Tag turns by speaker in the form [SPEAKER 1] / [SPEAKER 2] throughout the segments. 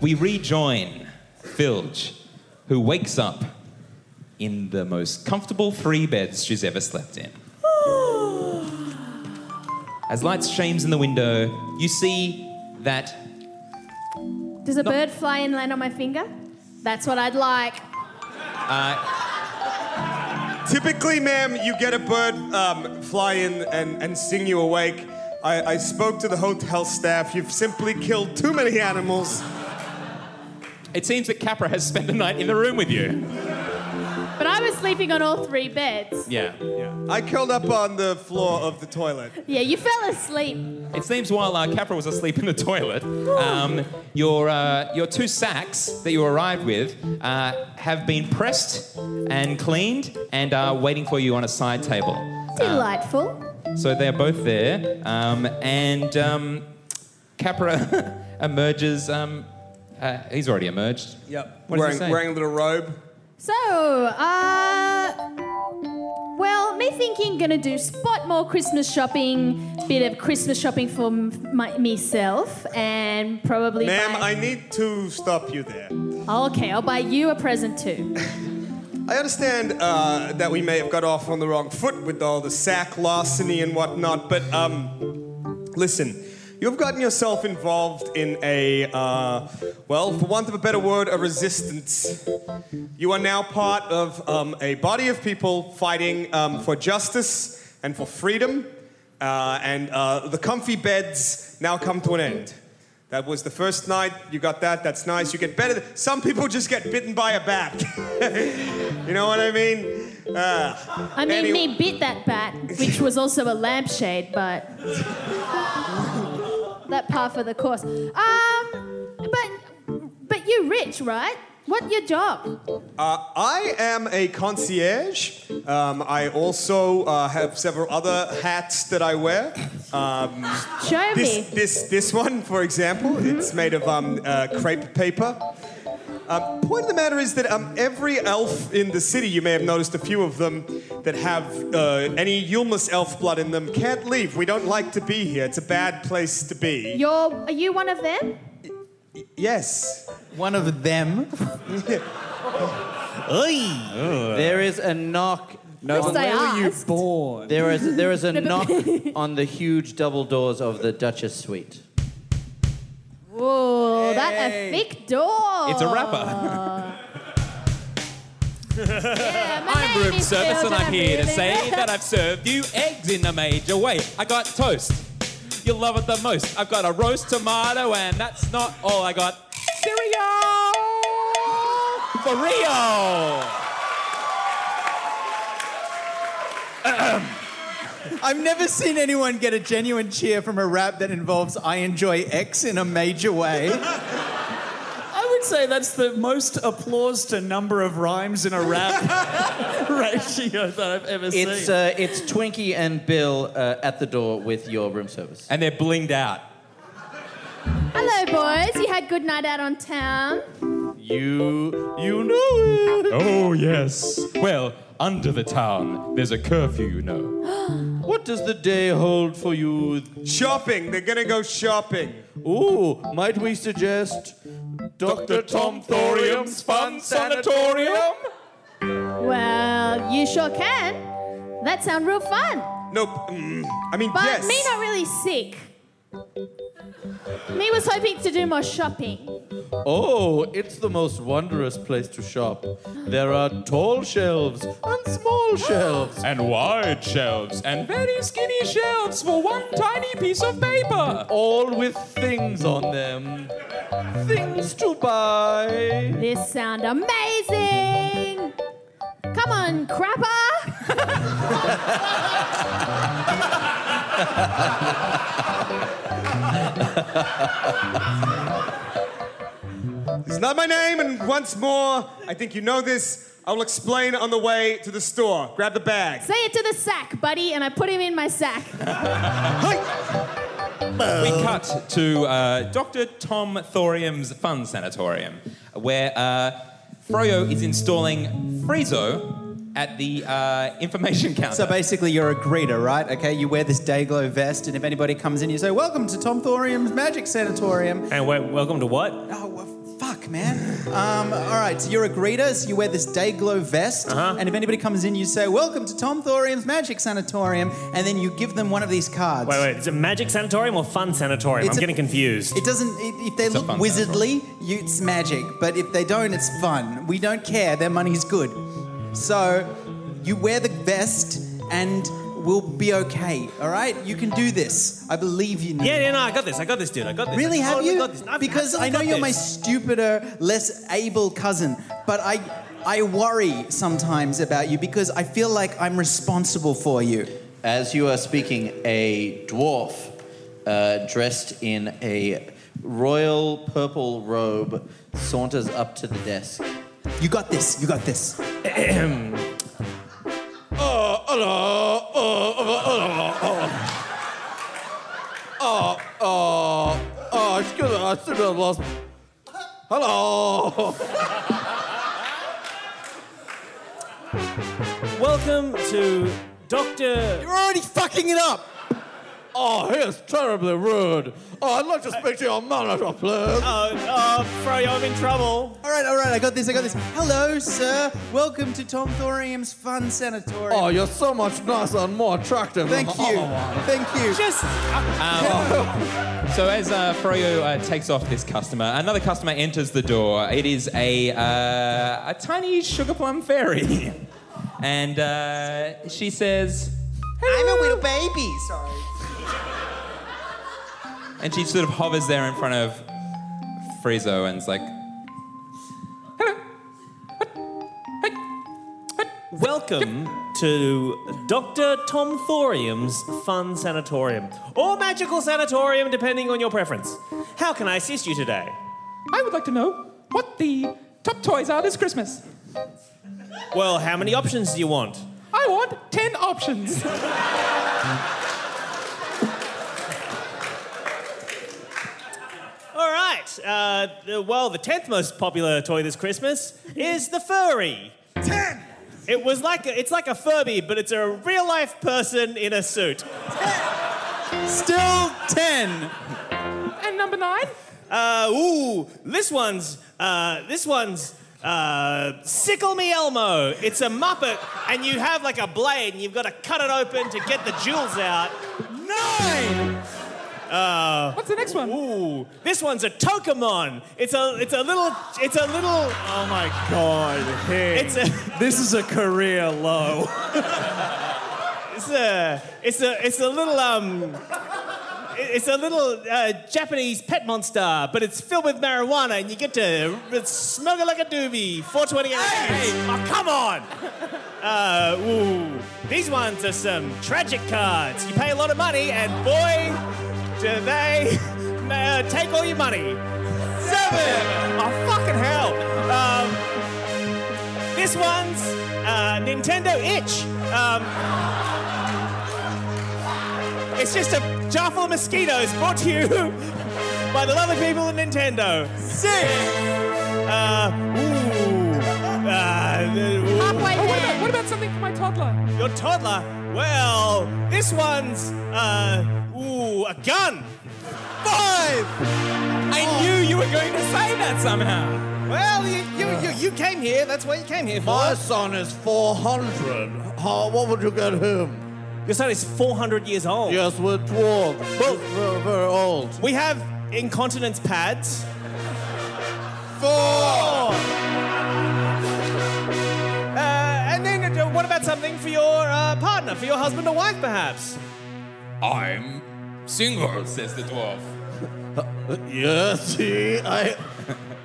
[SPEAKER 1] We rejoin Filge, who wakes up in the most comfortable three beds she's ever slept in. As lights shames in the window, you see that
[SPEAKER 2] Does a bird fly and land on my finger? That's what I'd like.
[SPEAKER 3] Uh, Typically, ma'am, you get a bird um, fly in and, and sing you awake. I, I spoke to the hotel staff. You've simply killed too many animals.
[SPEAKER 1] it seems that Capra has spent the night in the room with you.
[SPEAKER 2] But I was sleeping on all three beds.
[SPEAKER 1] Yeah.
[SPEAKER 3] I curled up on the floor of the toilet.
[SPEAKER 2] Yeah, you fell asleep.
[SPEAKER 1] It seems while uh, Capra was asleep in the toilet, um, your, uh, your two sacks that you arrived with uh, have been pressed and cleaned and are waiting for you on a side table.
[SPEAKER 3] Ah.
[SPEAKER 2] Delightful.
[SPEAKER 1] So they are both there, um, and um, Capra emerges. Um, uh, he's already emerged.
[SPEAKER 3] Yep.
[SPEAKER 1] What does
[SPEAKER 3] wearing,
[SPEAKER 1] it say?
[SPEAKER 3] wearing a little robe.
[SPEAKER 2] So, uh, well, me thinking gonna do spot more Christmas shopping, bit of Christmas shopping for m- my, myself, and probably.
[SPEAKER 3] Ma'am, I
[SPEAKER 2] buy-
[SPEAKER 3] need to stop you there.
[SPEAKER 2] Okay, I'll buy you a present too.
[SPEAKER 3] I understand uh, that we may have got off on the wrong foot with all the sack larceny and whatnot, but um, listen, you've gotten yourself involved in a, uh, well, for want of a better word, a resistance. You are now part of um, a body of people fighting um, for justice and for freedom, uh, and uh, the comfy beds now come to an end. That was the first night. You got that. That's nice. You get better. Some people just get bitten by a bat. you know what I mean? Uh,
[SPEAKER 2] I mean,
[SPEAKER 3] Any-
[SPEAKER 2] me bit that bat, which was also a lampshade, but that part for the course. Um, but but you rich, right? What your job?
[SPEAKER 3] Uh, I am a concierge. Um, I also uh, have several other hats that I wear. Um,
[SPEAKER 2] Show
[SPEAKER 3] this,
[SPEAKER 2] me. Mm-hmm.
[SPEAKER 3] this, this one, for example, it's made of um, uh, crepe paper. Um, point of the matter is that um, every elf in the city, you may have noticed a few of them that have uh, any Yulmus elf blood in them, can't leave. We don't like to be here. It's a bad place to be.
[SPEAKER 2] You're are you one of them?
[SPEAKER 3] Yes.
[SPEAKER 4] One of them.
[SPEAKER 1] Oh.
[SPEAKER 5] There is a knock.
[SPEAKER 2] At least
[SPEAKER 5] on-
[SPEAKER 2] I asked.
[SPEAKER 4] born?
[SPEAKER 5] there is there is a knock on the huge double doors of the Duchess Suite.
[SPEAKER 2] Whoa, that a thick door.
[SPEAKER 1] It's a rapper.
[SPEAKER 2] Yeah, my
[SPEAKER 1] I'm
[SPEAKER 2] name
[SPEAKER 1] room
[SPEAKER 2] is
[SPEAKER 1] service, and
[SPEAKER 2] Belgian
[SPEAKER 1] I'm here to
[SPEAKER 2] American.
[SPEAKER 1] say that I've served you eggs in a major way. I got toast. You love it the most. I've got a roast tomato, and that's not all. I got cereal for real.
[SPEAKER 4] I've never seen anyone get a genuine cheer from a rap that involves I enjoy X in a major way.
[SPEAKER 6] I would say that's the most applause to number of rhymes in a rap ratio that I've ever seen.
[SPEAKER 5] It's uh, it's Twinkie and Bill uh, at the door with your room service.
[SPEAKER 1] And they're blinged out.
[SPEAKER 2] Hello, boys. You had good night out on town.
[SPEAKER 5] You you know it.
[SPEAKER 1] Oh yes. Well, under the town, there's a curfew, you know.
[SPEAKER 5] What does the day hold for you?
[SPEAKER 3] Shopping. They're going to go shopping.
[SPEAKER 5] Ooh, might we suggest Dr. Tom Thorium's Fun Sanatorium?
[SPEAKER 2] Well, you sure can. That sound real fun.
[SPEAKER 3] Nope. Mm, I mean,
[SPEAKER 2] But
[SPEAKER 3] yes.
[SPEAKER 2] me not really sick. Me was hoping to do more shopping.
[SPEAKER 7] Oh, it's the most wondrous place to shop. There are tall shelves and small shelves.
[SPEAKER 1] And wide shelves and very skinny shelves for one tiny piece of paper.
[SPEAKER 7] All with things on them. Things to buy.
[SPEAKER 2] This sound amazing. Come on, crapper.
[SPEAKER 3] It's not my name, and once more, I think you know this. I will explain on the way to the store. Grab the bag.
[SPEAKER 2] Say it to the sack, buddy, and I put him in my sack.
[SPEAKER 1] We cut to uh, Dr. Tom Thorium's Fun Sanatorium, where uh, Froyo is installing Friezo at the uh, information counter.
[SPEAKER 4] So basically, you're a greeter, right? Okay, you wear this Dayglow vest, and if anybody comes in, you say, Welcome to Tom Thorium's Magic Sanatorium.
[SPEAKER 8] And wait, welcome to what?
[SPEAKER 4] Oh, well, fuck, man. Um, all right, so you're a greeter, so you wear this Dayglow vest, and if anybody comes in, you say, Welcome to Tom Thorium's Magic Sanatorium, and then you give them one of these cards.
[SPEAKER 8] Wait, wait, is it magic sanatorium or fun sanatorium?
[SPEAKER 4] It's
[SPEAKER 8] I'm
[SPEAKER 4] a-
[SPEAKER 8] getting confused.
[SPEAKER 4] It doesn't. i if they
[SPEAKER 1] a
[SPEAKER 4] look
[SPEAKER 1] fun
[SPEAKER 4] wizardly, you, it's magic. But if they don't, it's fun. We don't care. Their money's good. So you wear the vest, and we'll be okay. All right. You can do this. I believe you. Nick.
[SPEAKER 8] yeah, yeah, no, I got this. I got this, dude. I got this.
[SPEAKER 4] Really?
[SPEAKER 8] I
[SPEAKER 4] Have
[SPEAKER 8] totally
[SPEAKER 4] you?
[SPEAKER 8] Got this. I've
[SPEAKER 4] because
[SPEAKER 8] absolutely
[SPEAKER 4] I know
[SPEAKER 8] got
[SPEAKER 4] you're my
[SPEAKER 8] this.
[SPEAKER 4] stupider, less able cousin. But I, I worry sometimes about you because I feel like I'm responsible for you.
[SPEAKER 9] As you are speaking, a dwarf uh, dressed in a royal purple robe saunters up to the desk.
[SPEAKER 4] You got this. You got this.
[SPEAKER 7] Oh, oh, oh, oh, oh, oh, oh. Oh, oh, oh, excuse me, I still have lost. Hello.
[SPEAKER 8] Welcome to Doctor.
[SPEAKER 4] You're already fucking it up.
[SPEAKER 7] Oh, he is terribly rude. Oh, I'd like to speak to your manager, please.
[SPEAKER 8] Oh, oh, Froyo, I'm in trouble.
[SPEAKER 4] All right, all right, I got this, I got this. Hello, sir. Welcome to Tom Thorium's Fun Sanatorium.
[SPEAKER 7] Oh, you're so much nicer and more attractive.
[SPEAKER 4] Thank
[SPEAKER 7] than the
[SPEAKER 4] you.
[SPEAKER 7] other one.
[SPEAKER 4] Thank you.
[SPEAKER 8] Just uh,
[SPEAKER 1] So as uh, Froyo uh, takes off this customer, another customer enters the door. It is a uh, a tiny sugar plum fairy, and uh, she says, "Hello,"
[SPEAKER 4] baby, sorry.
[SPEAKER 1] and she sort of hovers there in front of Friezo and's like,
[SPEAKER 8] welcome to Doctor Tom Thorium's Fun Sanatorium or Magical Sanatorium, depending on your preference. How can I assist you today?
[SPEAKER 1] "I would like to know what the top toys are this Christmas.
[SPEAKER 8] Well, how many options do you want?
[SPEAKER 1] I want ten options."
[SPEAKER 8] All right. Uh, the- well, the tenth most popular toy this Christmas is the furry.
[SPEAKER 3] Ten!
[SPEAKER 8] It was like a, it's like a Furby, but it's a real life person in a suit.
[SPEAKER 4] Still 10.
[SPEAKER 1] and number nine,
[SPEAKER 8] Uh, ooh, this one's uh, this one's uh, Sickle Me Elmo. It's a Muppet, and you have like a blade, and you've got to cut it open to get the jewels out.
[SPEAKER 4] Nine.
[SPEAKER 1] what's the next one?
[SPEAKER 8] Uh, Ooh, this one's a Tokemon. It's a it's a little it's a little
[SPEAKER 10] Oh my god. Hey.
[SPEAKER 8] it's a.
[SPEAKER 10] this is a career low.
[SPEAKER 8] It's a, it's a, it's a little, um, it's a little uh, Japanese pet monster, but it's filled with marijuana, and you get to r- smoke it like a doobie. 420 hey! Oh, come on! Uh, ooh. These ones are some tragic cards. You pay a lot of money, and boy, do they uh, take all your money. Seven! Oh, fucking hell! Um, this one's uh, Nintendo Itch. Um, it's just a jar full of mosquitoes brought to you by the lovely people at Nintendo. Six. Uh, ooh. Uh, ooh.
[SPEAKER 2] Halfway
[SPEAKER 8] Oh, wait a minute,
[SPEAKER 2] there.
[SPEAKER 8] what- Your toddler. Well, this one's uh, ooh, a gun. Five.
[SPEAKER 1] I knew you were going to say that somehow.
[SPEAKER 8] Well, you you, you, you came here. That's what you came here for.
[SPEAKER 7] My son is 400. How, what would you get him?
[SPEAKER 8] Your son is 400 years old.
[SPEAKER 7] Yes, we're dwarves. Well, very, very old.
[SPEAKER 8] We have incontinence pads.
[SPEAKER 7] four.
[SPEAKER 8] Uh, and then uh, what about something for your uh, partner, for your husband or wife, perhaps?
[SPEAKER 1] I'm single, says the dwarf.
[SPEAKER 7] Yeah, see, I,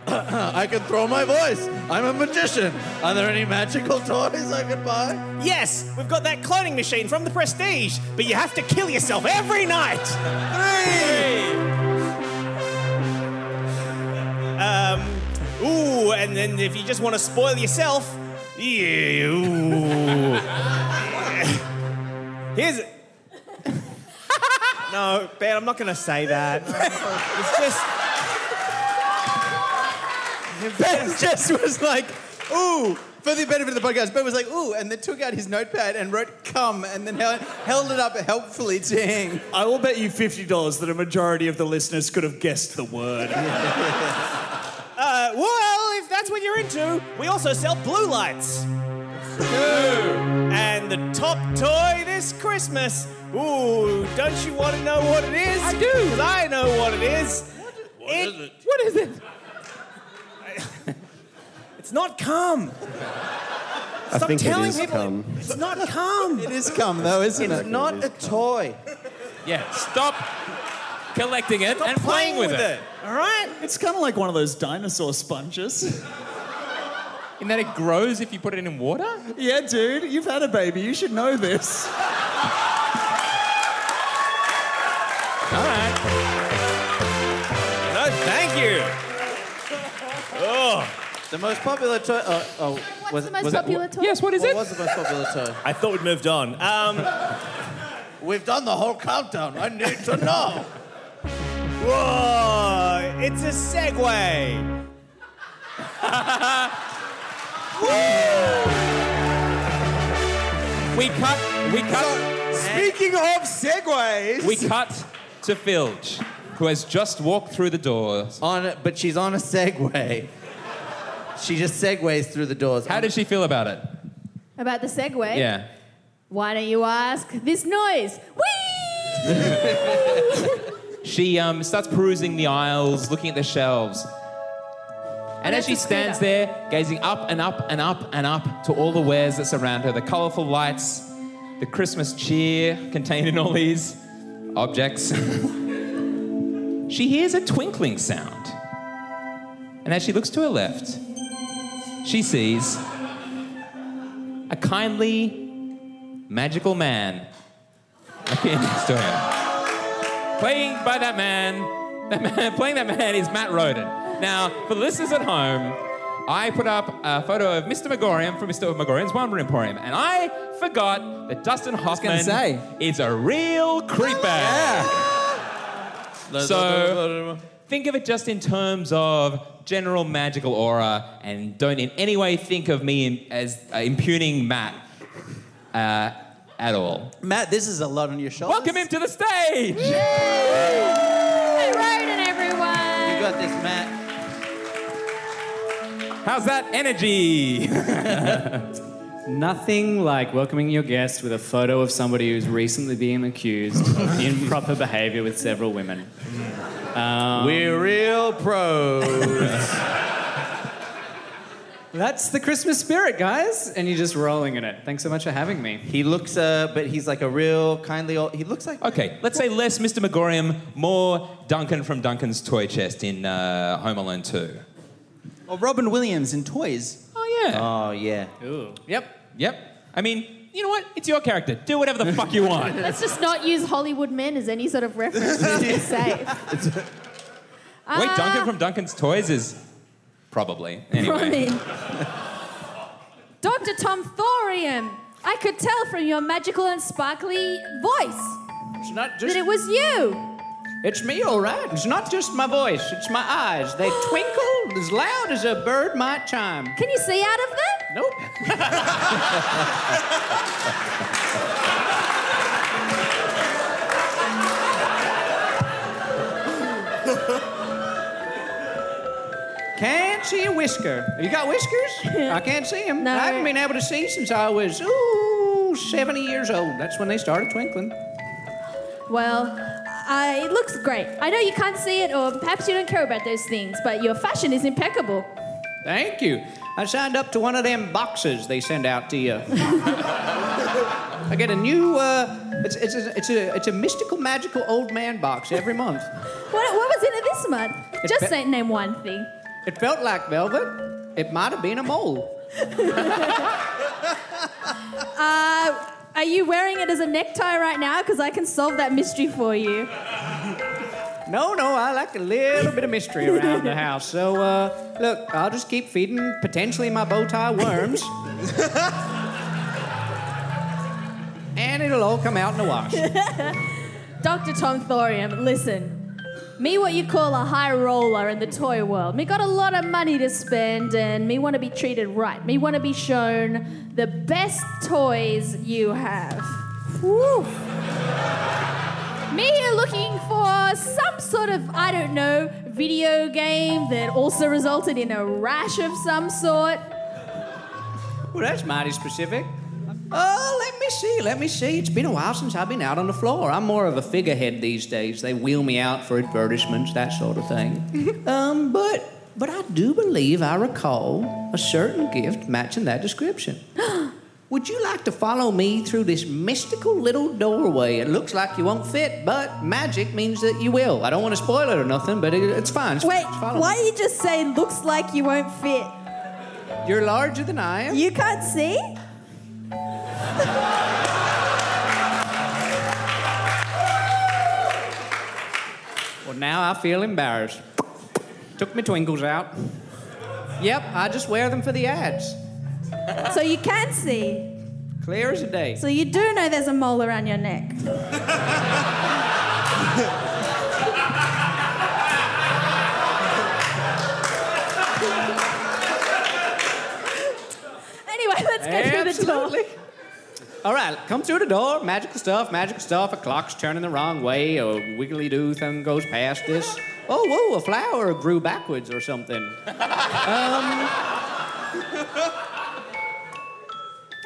[SPEAKER 7] I can throw my voice. I'm a magician. Are there any magical toys I can buy?
[SPEAKER 8] Yes, we've got that cloning machine from the Prestige, but you have to kill yourself every night. Three. Um, ooh, and then if you just want to spoil yourself, yeah. Ooh. Here's. no, Ben, I'm not going to say that. it's just.
[SPEAKER 4] Ben just was like, ooh. For the benefit of the podcast, Ben was like, ooh, and then took out his notepad and wrote "cum" and then held, held it up helpfully to hang.
[SPEAKER 11] I will bet you $50 that a majority of the listeners could have guessed the word.
[SPEAKER 8] Uh, well, if that's what you're into, we also sell blue lights. And the top toy this Christmas. Ooh, don't you want to know what it is? I do. Because I know what it is. What is it? What is it? it's not cum. Stop
[SPEAKER 12] think it
[SPEAKER 8] telling
[SPEAKER 12] is
[SPEAKER 8] people
[SPEAKER 12] cum.
[SPEAKER 8] it's not cum.
[SPEAKER 4] It is cum, though, isn't it?
[SPEAKER 13] Not a toy.
[SPEAKER 1] Yeah, stop collecting it and playing, with, it.
[SPEAKER 8] All right.
[SPEAKER 11] It's kind of like one of those dinosaur sponges.
[SPEAKER 1] And then it grows if you put it in water?
[SPEAKER 11] yeah, dude, you've had a baby. You should know this.
[SPEAKER 1] All right.
[SPEAKER 8] No, thank you. Oh.
[SPEAKER 13] The most popular toy. Oh, oh
[SPEAKER 2] What's
[SPEAKER 13] was,
[SPEAKER 2] the most
[SPEAKER 13] was it-
[SPEAKER 2] popular toy?
[SPEAKER 1] Yes, what is
[SPEAKER 13] what
[SPEAKER 1] it?
[SPEAKER 13] was the most popular toy?
[SPEAKER 8] I thought we'd moved on. Um,
[SPEAKER 7] We've done the whole countdown. I need to know.
[SPEAKER 8] Whoa! It's a Segway.
[SPEAKER 1] We cut, we cut,
[SPEAKER 3] Speaking of segues,
[SPEAKER 1] we cut to Filge, who has just walked through the doors.
[SPEAKER 13] on, a- but she's on a Segway. She just segues through the doors.
[SPEAKER 1] How does she feel about it?
[SPEAKER 2] About the segue.
[SPEAKER 1] Yeah.
[SPEAKER 2] Why don't you ask this noise? Whee!
[SPEAKER 1] She um, starts perusing the aisles, looking at the shelves. And as she
[SPEAKER 2] that's a scooter.
[SPEAKER 1] stands there, gazing up and up and up and up to all the wares that surround her the colourful lights, the Christmas cheer contained in all these objects, she hears a twinkling sound. And as she looks to her left, she sees a kindly, magical man appear next to her playing by that man, that man playing that man is Matt Roden. Now, for the listeners at home, I put up a photo of Mr. Megorium from Mr. Megorium's Wonder Emporium, and I forgot that Dustin Hoffman
[SPEAKER 4] say.
[SPEAKER 1] is a real creeper. So- Think of it just in terms of general magical aura, and don't in any way think of me in, as uh, impugning Matt uh, at all.
[SPEAKER 4] Matt, this is a lot on your shoulders.
[SPEAKER 1] Welcome him to the stage.
[SPEAKER 2] Hey, Ronan, everyone.
[SPEAKER 13] You got this, Matt.
[SPEAKER 1] How's that energy?
[SPEAKER 14] Nothing like welcoming your guest with a photo of somebody who's recently been accused of improper behaviour with several women. Um,
[SPEAKER 13] We're real pros.
[SPEAKER 14] That's the Christmas spirit, guys, and you're just rolling in it. Thanks so much for having me.
[SPEAKER 13] he looks, uh, but he's like a real kindly old. He looks like.
[SPEAKER 1] Okay, let's say less Mr. Megorium, more Duncan from Duncan's toy chest in uh, Home Alone 2.
[SPEAKER 4] Or Oh, Robin Williams in Toys.
[SPEAKER 1] Oh, yeah.
[SPEAKER 13] Oh yeah.
[SPEAKER 1] yep, yep. I mean, you know what? It's your character. Do whatever the fuck you want.
[SPEAKER 2] Let's just not use Hollywood men as any sort of reference. We're just safe.
[SPEAKER 1] Wait, Duncan
[SPEAKER 4] Uh,
[SPEAKER 1] from Duncan's Toys is probably. Anyway.
[SPEAKER 2] Ronan. Dr. Tom Thorium, I could tell from your magical and sparkly voice
[SPEAKER 14] It's not
[SPEAKER 2] that it was you.
[SPEAKER 14] It's me, all right. It's not just my voice, it's my eyes. They twinkle as loud as a bird might chime.
[SPEAKER 2] Can you see out of them?
[SPEAKER 14] Nope. can't see a whisker. You got whiskers? I can't see them.
[SPEAKER 2] No.
[SPEAKER 14] I haven't been able to see since I was, ooh, 70 years old. That's when they started twinkling.
[SPEAKER 2] Well, I, it looks great. I know you can't see it, or perhaps you don't care about those things, but your fashion is impeccable.
[SPEAKER 14] Thank you. I signed up to one of them boxes they send out to you. I get a new, uh, it's, it's, a, it's, a, it's a mystical, magical old man box every month.
[SPEAKER 2] What, what was in it this month?
[SPEAKER 14] It
[SPEAKER 2] Just
[SPEAKER 14] be-
[SPEAKER 2] say, name one thing.
[SPEAKER 14] It felt like velvet. It might have been a mole.
[SPEAKER 2] Uh, are you wearing it as a necktie right now? Because I can solve that mystery for you.
[SPEAKER 14] No, no, I like a little bit of mystery around the house. So, uh, look, I'll just keep feeding potentially my bow tie worms. and it'll all come out in the wash.
[SPEAKER 2] Dr. Tom Thorium, listen. Me, what you call a high roller in the toy world. Me got a lot of money to spend, and me want to be treated right. Me want to be shown the best toys you have. Woo. Me here looking for some sort of, I don't know, video game that also resulted in a rash of some sort.
[SPEAKER 14] Well, that's mighty specific. Oh, let me see, let me see. It's been a while since I've been out on the floor. I'm more of a figurehead these days. They wheel me out for advertisements, that sort of thing. um, but but I do believe I recall a certain gift matching that description. Would you like to follow me through this mystical little doorway? It looks like you won't fit, but magic means that you will. I don't want to spoil it or nothing, but it, it's fine. It's-
[SPEAKER 15] Wait,
[SPEAKER 14] it's follow me.
[SPEAKER 15] why do you just say looks like you won't fit?
[SPEAKER 14] You're larger than I am.
[SPEAKER 15] You can't see?
[SPEAKER 14] Well, now I feel embarrassed. Took my twinkles out. Yep, I just wear them for the ads.
[SPEAKER 15] So you can see.
[SPEAKER 14] Clear as a day.
[SPEAKER 15] So you do know there's a mole around your neck.
[SPEAKER 2] Anyway, let's get through the door.
[SPEAKER 14] Absolutely. All right, come through the door. Magical stuff, magical stuff. A clock's turning the wrong way. A wiggly do thing goes past this. Oh, whoa, a flower grew backwards or something. Um,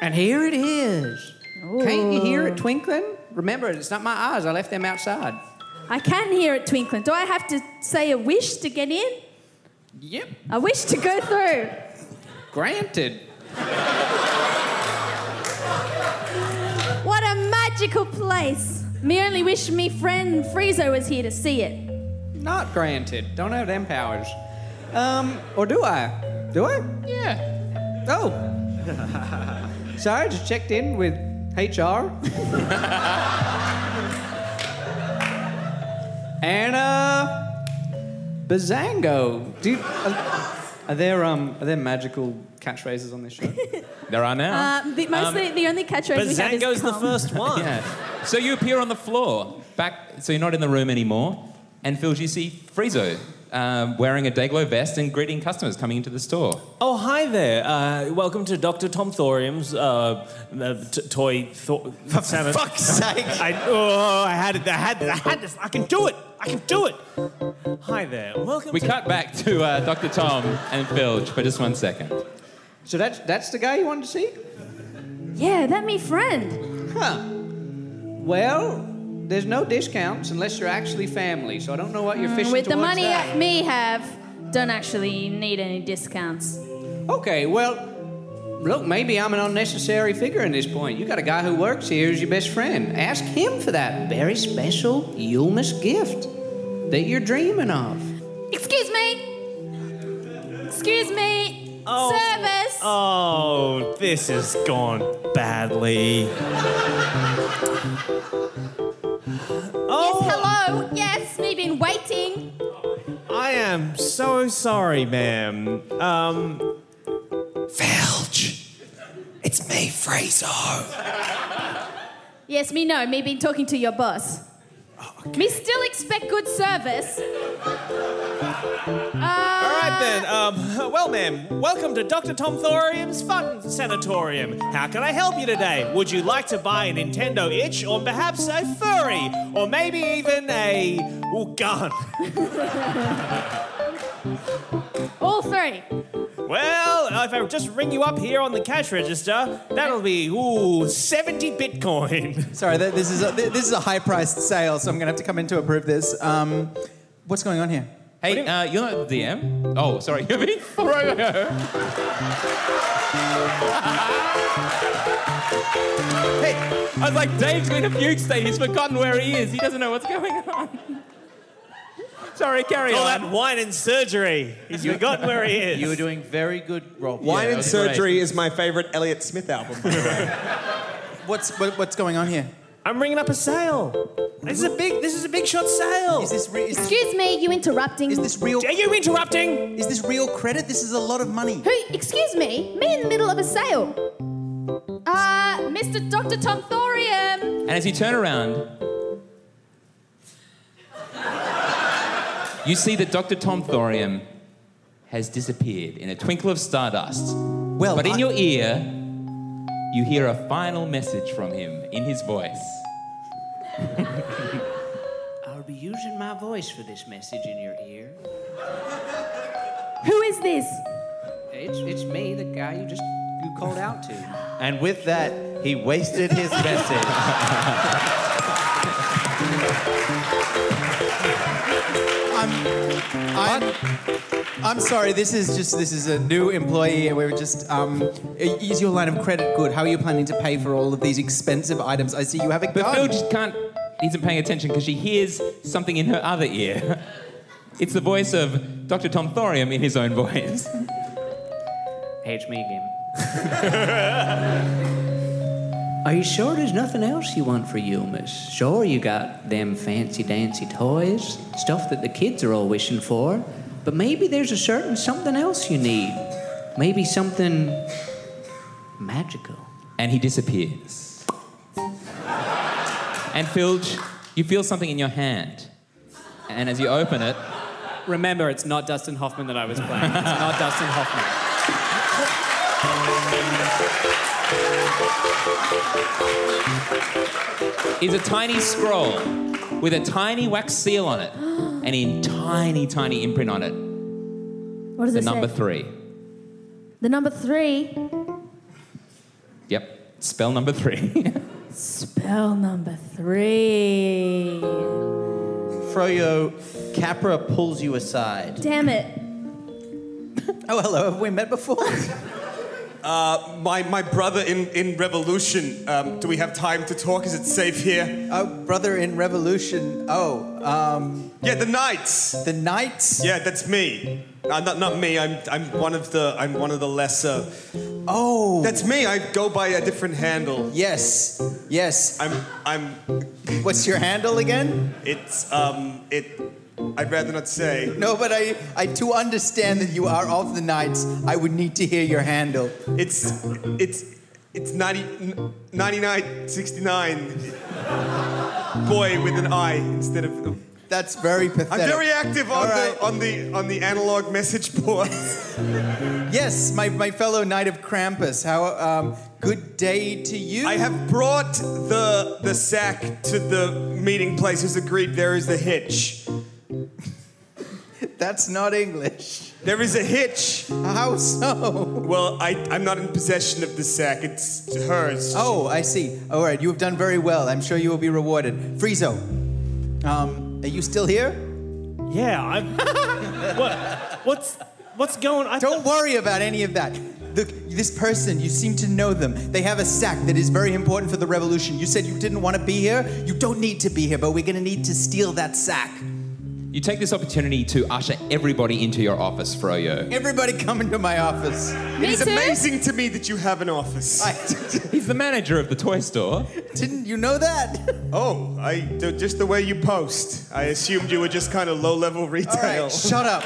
[SPEAKER 14] and here it is. Can't you hear it twinkling? Remember, it's not my eyes. I left them outside.
[SPEAKER 2] I can hear it twinkling. Do I have to say a wish to get in?
[SPEAKER 14] Yep.
[SPEAKER 2] I wish to go through.
[SPEAKER 14] Granted.
[SPEAKER 2] What a magical place. Me only wish me friend Friezo was here to see it.
[SPEAKER 14] Not granted. Don't have them powers. Um, or do I? Do I?
[SPEAKER 2] Yeah.
[SPEAKER 14] Oh. Sorry, just checked in with HR. and uh, Bazango. Do you, are, are there um are there magical catchphrases on this show? Uh,
[SPEAKER 1] There are now.
[SPEAKER 2] Um, the, mostly, the only catchphrase we have is come.
[SPEAKER 1] yeah. So you appear on the floor, back. So you're not in the room anymore. And Phil, you see Friezo um, wearing a Dayglow vest and greeting customers coming into the store.
[SPEAKER 8] Oh, hi there. Uh, welcome to Dr. Tom Thorium's uh, uh, t- toy thor- For
[SPEAKER 5] fuck's sake.
[SPEAKER 8] I, oh, I had it. I had it. I had this. I can do it. I can do it. Hi there. Welcome
[SPEAKER 1] We
[SPEAKER 8] to...
[SPEAKER 1] cut back to uh, Dr. Tom and Phil for just one second.
[SPEAKER 14] So that's that's the guy you wanted to see?
[SPEAKER 2] Yeah, that me friend.
[SPEAKER 14] Huh. Well, there's no discounts unless you're actually family. So I don't know what you're
[SPEAKER 2] Mm,
[SPEAKER 14] fishing
[SPEAKER 2] With the
[SPEAKER 14] towards
[SPEAKER 2] money
[SPEAKER 14] that.
[SPEAKER 2] me have, don't actually need any discounts.
[SPEAKER 14] Okay, well, look, maybe I'm an unnecessary figure in this point. You got a guy who works here as your best friend. Ask him for that very special Yulmus gift that you're dreaming of.
[SPEAKER 2] Excuse me. Excuse me. Service.
[SPEAKER 8] Oh, this has gone badly. Oh.
[SPEAKER 2] Yes, hello. Yes, we've been waiting.
[SPEAKER 8] I am so sorry, ma'am. Um, Felch, it's me, Friezo.
[SPEAKER 2] Yes, me know. Me been talking to your boss.
[SPEAKER 8] Oh,
[SPEAKER 2] Me still expect good service.
[SPEAKER 8] All right then. Um, well, ma'am, welcome to Dr. Tom Thorium's Fun Sanatorium. How can I help you today? Would you like to buy a Nintendo itch, or perhaps a furry, or maybe even a ooh, gun?
[SPEAKER 2] All three.
[SPEAKER 8] Well, if I just ring you up here on the cash register, that'll be ooh 70 Bitcoin.
[SPEAKER 4] Sorry, th- this is a, th- this is a high-priced sale, so I'm gonna have to come in to approve this. Um, what's going on here?
[SPEAKER 1] Hey, uh, you're not the DM. Oh, sorry, you're being thrown. hey, I was like, Dave's been a fugue state. He's forgotten where he is. He doesn't know what's going on. sorry, carry
[SPEAKER 8] All
[SPEAKER 1] on.
[SPEAKER 8] that wine and surgery. He's forgotten where he is.
[SPEAKER 7] You were doing very good, Rob.
[SPEAKER 3] Wine
[SPEAKER 7] Yeah,
[SPEAKER 3] and
[SPEAKER 7] that was great.
[SPEAKER 3] Surgery is my favorite Elliott Smith album.
[SPEAKER 4] what's what, what's going on here?
[SPEAKER 8] I'm ringing up a sale. This is a big. This is a big shot sale. Is
[SPEAKER 4] this? Re- is
[SPEAKER 2] Excuse me, you interrupting? Is
[SPEAKER 4] this real?
[SPEAKER 8] Are you interrupting?
[SPEAKER 4] Is this real credit? This is a lot of money.
[SPEAKER 2] Who? Excuse me, me in the middle of a sale. Uh, Mr. Dr. Tom Thorium.
[SPEAKER 1] And as you turn around, you see that Dr. Tom Thorium has disappeared in a twinkle of stardust. Well, but in your ear, you hear a final message from him in his voice.
[SPEAKER 14] I'll be using my voice for this message in your ear.
[SPEAKER 2] Who is this?
[SPEAKER 14] It's, it's me, the guy you just you called out to.
[SPEAKER 7] And with that, he wasted his message.
[SPEAKER 4] I'm, I'm sorry. This is just this is a new employee, and we were just. Um, is your line of credit good? How are you planning to pay for all of these expensive items? I see you have a
[SPEAKER 1] But Phil
[SPEAKER 4] gun.
[SPEAKER 1] just can't, isn't paying attention because she hears something in her other ear. It's the voice of Dr. Tom Thorium in his own voice.
[SPEAKER 14] Hey, it's me again. Are you sure there's nothing else you want for you, miss? Sure, you got them fancy dancy toys, stuff that the kids are all wishing for, but maybe there's a certain something else you need. Maybe something magical.
[SPEAKER 1] and he disappears. and Filch, you feel something in your hand. And as you open it,
[SPEAKER 16] Remember, it's not Dustin Hoffman that I was playing. It's not Dustin Hoffman.
[SPEAKER 1] is a tiny scroll with a tiny wax seal on it and in tiny, tiny imprint on it.
[SPEAKER 2] What does
[SPEAKER 1] the
[SPEAKER 2] it
[SPEAKER 1] number
[SPEAKER 2] say?
[SPEAKER 1] three.
[SPEAKER 2] The number three.
[SPEAKER 1] Yep, spell number three.
[SPEAKER 2] Spell number three.
[SPEAKER 7] Froyo, Capra pulls you aside.
[SPEAKER 2] Damn it.
[SPEAKER 4] Oh, hello. Have we met before?
[SPEAKER 3] Uh, my, my brother in, in Revolution. Um, do we have time to talk? Is it safe here?
[SPEAKER 4] Oh, brother in Revolution. Oh, um.
[SPEAKER 3] Yeah, the Knights.
[SPEAKER 4] The Knights.
[SPEAKER 3] Yeah, that's me. Uh, not not me. I'm I'm one of the I'm one of the lesser.
[SPEAKER 4] Oh.
[SPEAKER 3] That's me. I go by a different handle.
[SPEAKER 4] Yes. Yes.
[SPEAKER 3] I'm I'm.
[SPEAKER 4] What's your handle again?
[SPEAKER 3] It's um it. I'd rather not say.
[SPEAKER 4] No, but I, I to understand that you are of the Knights, I would need to hear your handle.
[SPEAKER 3] It's it's it's 90, n- 99, 69. Boy with an I instead of. oh.
[SPEAKER 4] That's very pathetic.
[SPEAKER 3] I'm very active on
[SPEAKER 4] All right.
[SPEAKER 3] the on the on the analog message boards.
[SPEAKER 4] Yes, my, my fellow Knight of Krampus. How um, good day to you.
[SPEAKER 3] I have brought the the sack to the meeting place as agreed. There is a hitch.
[SPEAKER 4] That's not English.
[SPEAKER 3] There is a hitch.
[SPEAKER 4] How so?
[SPEAKER 3] Well, I I'm not in possession of the sack. It's hers.
[SPEAKER 4] Oh, I see. All right, you have done very well. I'm sure you will be rewarded. Friezo, um, are you still here?
[SPEAKER 8] Yeah, I'm. what, what's what's going? I
[SPEAKER 4] Don't worry about any of that. Look, this person, you seem to know them. They have a sack that is very important for the revolution. You said you didn't want to be here. You don't need to be here, but we're going to need to steal that sack.
[SPEAKER 1] you take this opportunity to usher everybody into your office, Froyo.
[SPEAKER 4] Everybody come into my office.
[SPEAKER 3] it is amazing to me that you have an office.
[SPEAKER 1] He's the manager of the toy store.
[SPEAKER 4] Didn't you know that?
[SPEAKER 3] Oh, I d- just the way you post. I assumed you were just kind of low-level retail.
[SPEAKER 4] shut up.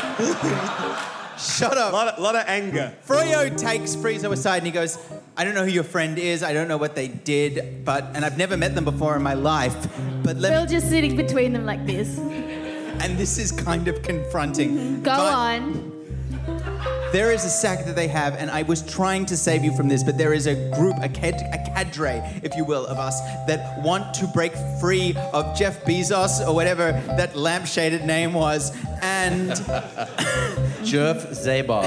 [SPEAKER 4] shut up. A
[SPEAKER 3] lot, of, lot of anger.
[SPEAKER 4] uh, Froyo takes Friezo aside and he goes, I don't know who your friend is. I don't know what they did, but, and I've never met them before in my life, but let
[SPEAKER 2] Phil just sitting between them like this.
[SPEAKER 4] and this is kind of confronting.
[SPEAKER 2] Go
[SPEAKER 4] but
[SPEAKER 2] on.
[SPEAKER 4] There is a sack that they have, and I was trying to save you from this, but there is a group, a, cad- a cadre, if you will, of us that want to break free of Jeff Bezos or whatever that lampshaded name was, and.
[SPEAKER 7] Jeff Zabos.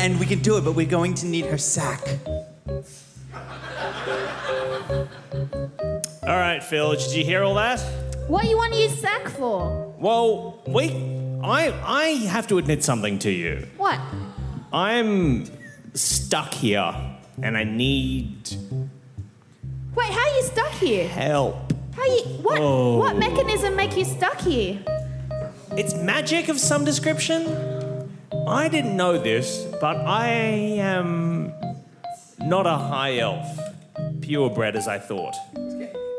[SPEAKER 4] and we can do it, but we're going to need her sack.
[SPEAKER 8] All right, Phil, did you hear all that?
[SPEAKER 2] What you want to use sack for?
[SPEAKER 8] Well, we. I, I have to admit something to you.
[SPEAKER 2] What?
[SPEAKER 8] I'm stuck here and I need
[SPEAKER 2] Wait, how are you stuck here?
[SPEAKER 8] help.
[SPEAKER 2] How you? What?
[SPEAKER 8] Oh.
[SPEAKER 2] What mechanism make you stuck here?
[SPEAKER 8] It's magic of some description? I didn't know this, but I am not a high elf, purebred as I thought.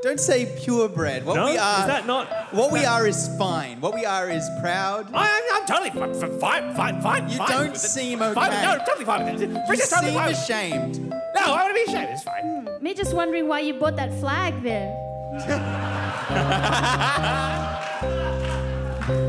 [SPEAKER 4] Don't say purebred. What
[SPEAKER 8] No?
[SPEAKER 4] we
[SPEAKER 8] Is
[SPEAKER 4] are
[SPEAKER 8] that not-
[SPEAKER 4] What we are is fine. What we are is proud.
[SPEAKER 8] I, am I'm totally fine, fine, fine, fine.
[SPEAKER 4] You
[SPEAKER 8] fine
[SPEAKER 4] don't
[SPEAKER 8] with it.
[SPEAKER 4] seem
[SPEAKER 8] Fine,
[SPEAKER 4] okay.
[SPEAKER 8] no, I'm totally fine with it.
[SPEAKER 4] You
[SPEAKER 8] Bridget's totally
[SPEAKER 4] seem
[SPEAKER 8] fine.
[SPEAKER 4] ashamed.
[SPEAKER 8] No, I want to be ashamed. It's fine.
[SPEAKER 2] Hmm, Me just wondering why you bought that flag there.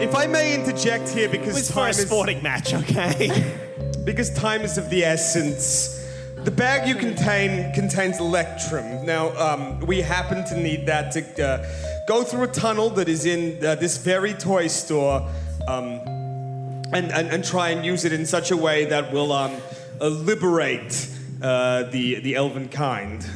[SPEAKER 3] If I may interject here, because
[SPEAKER 8] was for
[SPEAKER 3] time
[SPEAKER 8] a sporting
[SPEAKER 3] is,
[SPEAKER 8] match, okay?
[SPEAKER 3] because time is of the essence. The bag you contain contains electrum. Now, um, we happen to need that to uh, go through a tunnel that is in uh, this very toy store, um, and, and and try and use it in such a way that will um, uh, liberate uh, the the elven kind.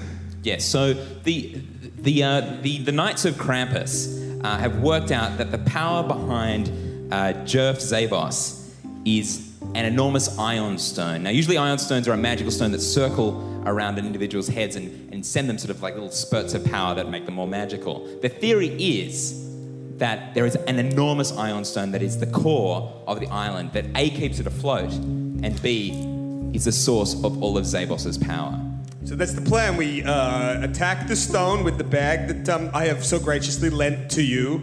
[SPEAKER 1] Yes. So the the uh, the, the Knights of Krampus uh, have worked out that the power behind uh, Jerf Zabos is an enormous ion stone. Now, usually ion stones are a magical stone that circle around an individual's heads and, and send them sort of like little spurts of power that make them more magical. The theory is that there is an enormous ion stone that is the core of the island that A keeps it afloat and B is the source of all of Zabos's power.
[SPEAKER 3] So that's the plan. We uh, attack the stone with the bag that um, I have so graciously lent to you.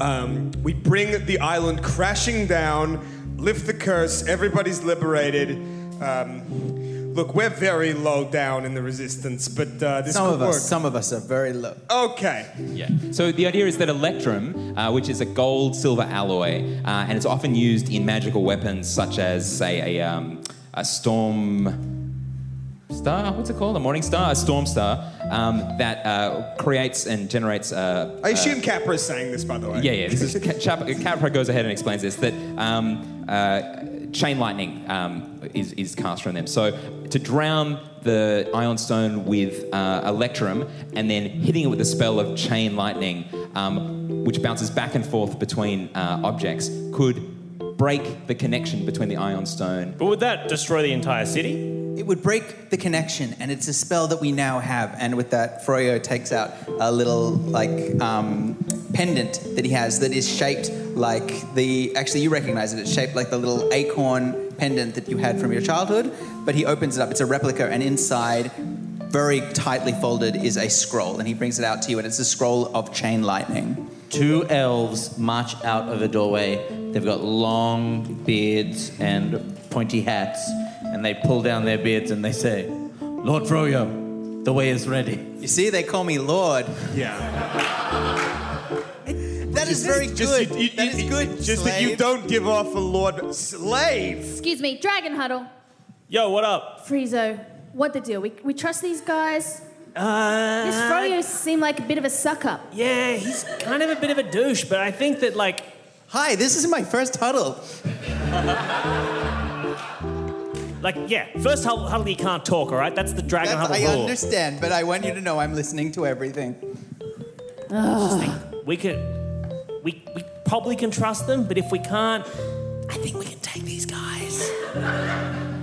[SPEAKER 3] Um, we bring the island crashing down, lift the curse, everybody's liberated. Um, look, we're very low down in the resistance, but uh, this
[SPEAKER 4] Some
[SPEAKER 3] could
[SPEAKER 4] of
[SPEAKER 3] work.
[SPEAKER 4] us, some of us are very low.
[SPEAKER 3] Okay.
[SPEAKER 1] Yeah. So the idea is that electrum, uh, which is a gold silver alloy, uh, and it's often used in magical weapons such as, say, a, um, a storm star. What's it called? A morning star, a storm star, um, that uh, creates and generates. Uh,
[SPEAKER 3] I
[SPEAKER 1] uh,
[SPEAKER 3] assume Capra is saying this, by the way.
[SPEAKER 1] yeah, yeah. This is Ca- Chap- Capra goes ahead and explains this that um, uh, chain lightning um, is, is cast from them. So to drown the ion stone with uh, electrum and then hitting it with the spell of chain lightning, um, which bounces back and forth between uh, objects, could break the connection between the ion stone.
[SPEAKER 8] But would that destroy the entire city?
[SPEAKER 4] It would break the connection, and it's a spell that we now have. And with that, Froyo takes out a little like um, pendant that he has that is shaped like the. Actually, you recognize it. It's shaped like the little acorn pendant that you had from your childhood. But he opens it up. It's a replica, and inside, very tightly folded, is a scroll. And he brings it out to you, and it's a scroll of chain lightning.
[SPEAKER 7] Two elves march out of a doorway. They've got long beards and pointy hats, and they pull down their beards and they say, Lord Froyo, the way is ready.
[SPEAKER 4] You see, they call me Lord.
[SPEAKER 3] Yeah.
[SPEAKER 4] That is very good.
[SPEAKER 3] Just, you- you-
[SPEAKER 4] that is
[SPEAKER 3] you-
[SPEAKER 4] good.
[SPEAKER 3] Just that you
[SPEAKER 4] slave.
[SPEAKER 3] don't give off a lord slave.
[SPEAKER 2] Excuse me, Dragon Huddle.
[SPEAKER 8] Yo, what up?
[SPEAKER 2] Friezo, what the deal? We, we trust these guys?
[SPEAKER 8] Uh,
[SPEAKER 2] This Froyo seemed like a bit of a suck up.
[SPEAKER 8] Yeah, he's kind of a bit of a douche, but I think that, like,
[SPEAKER 4] Hi, this is my first huddle.
[SPEAKER 8] like, yeah, first huddle, huddle he can't talk, all right? That's the dragon
[SPEAKER 4] That's-
[SPEAKER 8] huddle
[SPEAKER 4] I
[SPEAKER 8] rule.
[SPEAKER 4] understand, but I want you to know I'm listening to everything.
[SPEAKER 8] We could, we, we probably can trust them, but if we can't, I think we can take these guys.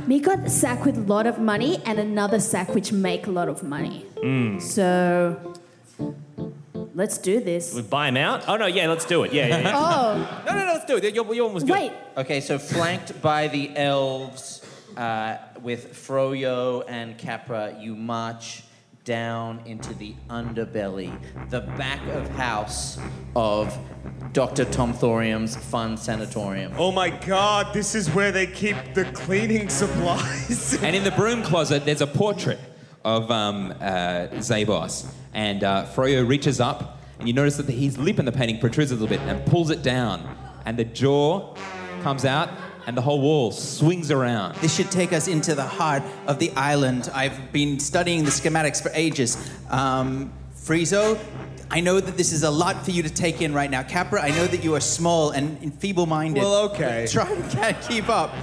[SPEAKER 2] Me got a sack with a lot of money and another sack which make a lot of money.
[SPEAKER 8] hmm.
[SPEAKER 2] So let's do this.
[SPEAKER 8] We buy him out? Oh no, yeah, let's do it. Yeah, yeah. yeah.
[SPEAKER 2] Oh,
[SPEAKER 8] No, no, no, let's do it. Your, your one was good.
[SPEAKER 2] wait,
[SPEAKER 7] Okay, so flanked by the elves uh, with Froyo and Capra, you march down into the underbelly, the back of house of Dr. Tom Thorium's fun sanatorium.
[SPEAKER 3] Oh my god, this is where they keep the cleaning supplies.
[SPEAKER 1] And in the broom closet, there's a portrait of um, uh, Zabos. And uh, Froyo reaches up, and you notice that his lip in the painting protrudes a little bit and pulls it down. And the jaw comes out, and the whole wall swings around.
[SPEAKER 4] This should take us into the heart of the island. I've been studying the schematics for ages. Um, Friezo, I know that this is a lot for you to take in right now. Capra, I know that you are small and feeble minded.
[SPEAKER 3] Well, okay.
[SPEAKER 4] Try to ca- keep up.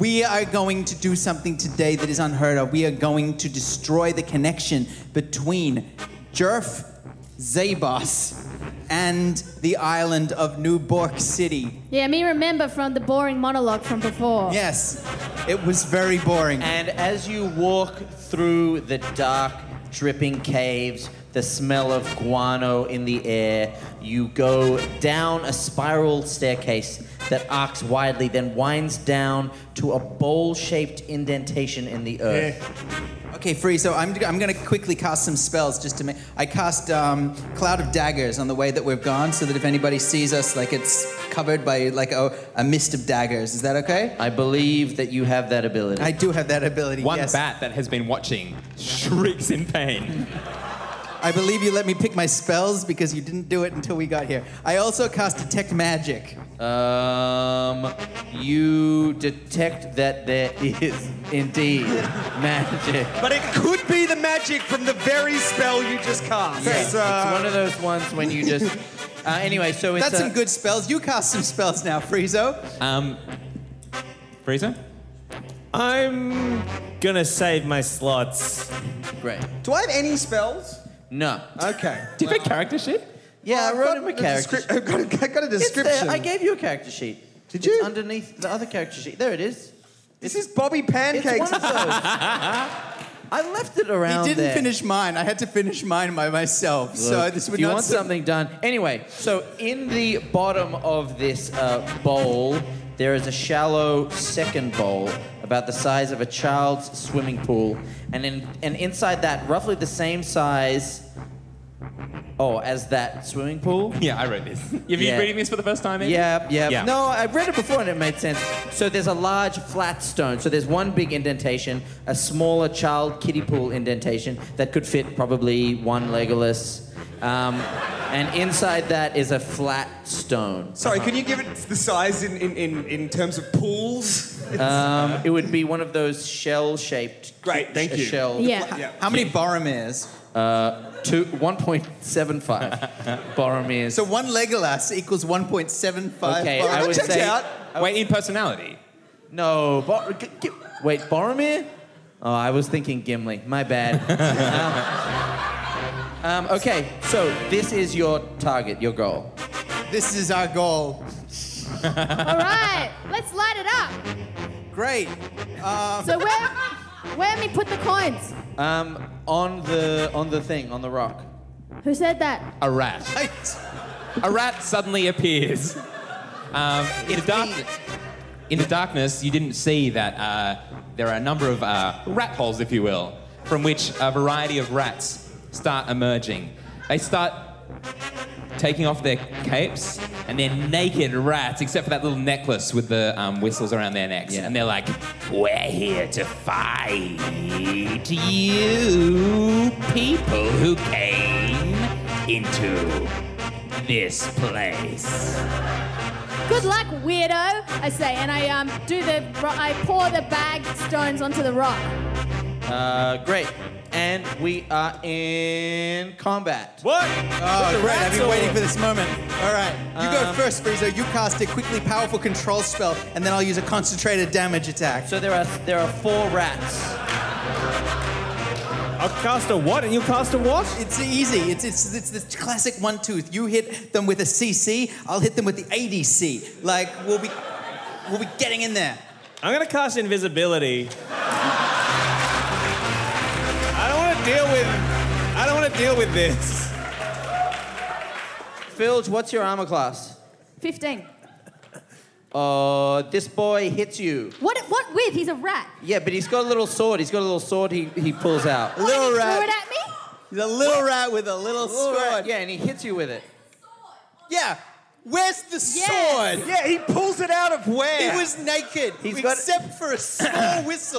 [SPEAKER 4] We are going to do something today that is unheard of. We are going to destroy the connection between Jerf, Zabos, and the island of New Bork City.
[SPEAKER 2] Yeah, me remember from the boring monologue from before.
[SPEAKER 4] Yes, it was very boring.
[SPEAKER 7] And as you walk through the dark, dripping caves, the smell of guano in the air, you go down a spiral staircase that arcs widely, then winds down to a bowl shaped indentation in the earth.
[SPEAKER 17] Uh,
[SPEAKER 4] Okay, free. So I'm, I'm going to quickly cast some spells just to make. I cast um, Cloud of Daggers on the way that we've gone, so that if anybody sees us, like it's covered by like a, a mist of daggers. Is that okay?
[SPEAKER 7] I believe that you have that ability.
[SPEAKER 4] I do have that ability.
[SPEAKER 1] One
[SPEAKER 4] yes.
[SPEAKER 1] bat that has been watching shrieks in pain.
[SPEAKER 4] I believe you let me pick my spells because you didn't do it until we got here. I also cast Detect Magic.
[SPEAKER 7] Um, you detect that there is indeed magic.
[SPEAKER 3] But it could be the magic from the very spell you just cast.
[SPEAKER 7] Yeah,
[SPEAKER 3] It's, uh,
[SPEAKER 7] it's one of those ones when you just. Uh, anyway, so it's
[SPEAKER 4] That's
[SPEAKER 7] a-
[SPEAKER 4] some good spells. You cast some spells now, Friezo.
[SPEAKER 1] Um, Frieza?
[SPEAKER 8] I'm gonna save my slots.
[SPEAKER 7] Great.
[SPEAKER 3] Do I have any spells?
[SPEAKER 7] No.
[SPEAKER 3] Okay.
[SPEAKER 1] Do you have a character sheet?
[SPEAKER 7] Yeah, I wrote him a character.
[SPEAKER 3] Descri- I've got a, I got a
[SPEAKER 7] It's there.
[SPEAKER 3] description.
[SPEAKER 7] I gave you a character sheet. Did you? underneath the other character sheet. There it is.
[SPEAKER 3] This is Bobby Pancakes.
[SPEAKER 7] It's one of those. I left it around.
[SPEAKER 4] He didn't
[SPEAKER 7] there.
[SPEAKER 4] finish mine. I had to finish mine by myself. so
[SPEAKER 7] Look,
[SPEAKER 4] this
[SPEAKER 7] if
[SPEAKER 4] would
[SPEAKER 7] you
[SPEAKER 4] not
[SPEAKER 7] want
[SPEAKER 4] sit-
[SPEAKER 7] something done. Anyway, so in the bottom of this uh, bowl, there is a shallow second bowl about the size of a child's swimming pool, and in, and inside that, roughly the same size. Oh, as that swimming pool?
[SPEAKER 1] Yeah, I wrote this. Have you
[SPEAKER 7] Yeah.
[SPEAKER 1] reading this for the first time? Ian?
[SPEAKER 7] Yeah, yeah.
[SPEAKER 1] Yeah.
[SPEAKER 7] No, I read it before and it made sense. So there's a large flat stone. So there's one big indentation, a smaller child kiddie pool indentation that could fit probably one Legolas. Um, and inside that is a flat stone.
[SPEAKER 3] Sorry, can you give it the size in, in, in, in terms of pools?
[SPEAKER 7] Um, it would be one of those shell-shaped.
[SPEAKER 3] Great, thank
[SPEAKER 7] a
[SPEAKER 3] you.
[SPEAKER 7] Shell.
[SPEAKER 3] Yeah. Yeah.
[SPEAKER 4] How many Boromirs?
[SPEAKER 7] Uh, two, 1.75 Boromirs.
[SPEAKER 4] So one Legolas equals 1.75.
[SPEAKER 7] Okay,
[SPEAKER 4] Boromir.
[SPEAKER 7] I would
[SPEAKER 4] Check it
[SPEAKER 7] say.
[SPEAKER 4] out.
[SPEAKER 1] Wait, in personality.
[SPEAKER 7] No, Bor- g- g- wait, Boromir? Oh, I was thinking Gimli. My bad. um, um, okay, so this is your target, your goal.
[SPEAKER 4] This is our goal.
[SPEAKER 2] All right, let's light it up.
[SPEAKER 4] Great. Um,
[SPEAKER 2] So where, where me put the coins?
[SPEAKER 7] Um, on the on the thing, on the rock.
[SPEAKER 2] Who said that?
[SPEAKER 1] A rat. A rat suddenly appears. Um, in, the dark, in the darkness, you didn't see that uh, there are a number of uh, rat holes, if you will, from which a variety of rats start emerging. They start taking off their capes, and they're naked rats, except for that little necklace with the um, whistles around their necks. And they're like, We're here to fight you people who came into this place.
[SPEAKER 2] Good luck, weirdo. I say, and I um do the ro- I pour the bag stones onto the rock.
[SPEAKER 7] Uh, great. And we are in combat.
[SPEAKER 8] What?
[SPEAKER 4] Oh, great. I've been waiting for this
[SPEAKER 7] moment.
[SPEAKER 4] All right. You go
[SPEAKER 7] Um,
[SPEAKER 4] first, Frieza. You cast a quickly powerful control spell, and then I'll use a concentrated damage attack.
[SPEAKER 7] So there are there are four rats.
[SPEAKER 8] I'll cast a what and you'll cast a what?
[SPEAKER 4] It's easy. It's it's it's this classic one tooth. You hit them with a CC. I'll hit them with the ADC. Like we'll be we'll be getting in there.
[SPEAKER 8] I'm gonna cast invisibility. I don't wanna deal with I don't wanna deal with this.
[SPEAKER 7] Filge, what's your armor class?
[SPEAKER 2] Fifteen.
[SPEAKER 7] Uh, this boy hits you.
[SPEAKER 2] What what with? He's a rat.
[SPEAKER 7] Yeah, but he's got a little sword. He's got a little sword he, he pulls out.
[SPEAKER 4] A little
[SPEAKER 2] Oh, Threw it
[SPEAKER 4] rat.
[SPEAKER 2] at me.
[SPEAKER 4] He's a little rat with a little
[SPEAKER 7] Little rat,
[SPEAKER 4] sword.
[SPEAKER 7] Yeah, and he hits you with it.
[SPEAKER 4] Yeah. Where's the sword?
[SPEAKER 3] Yeah, he pulls it out of where?
[SPEAKER 4] He was naked,
[SPEAKER 7] He's got-
[SPEAKER 4] except for a small whistle.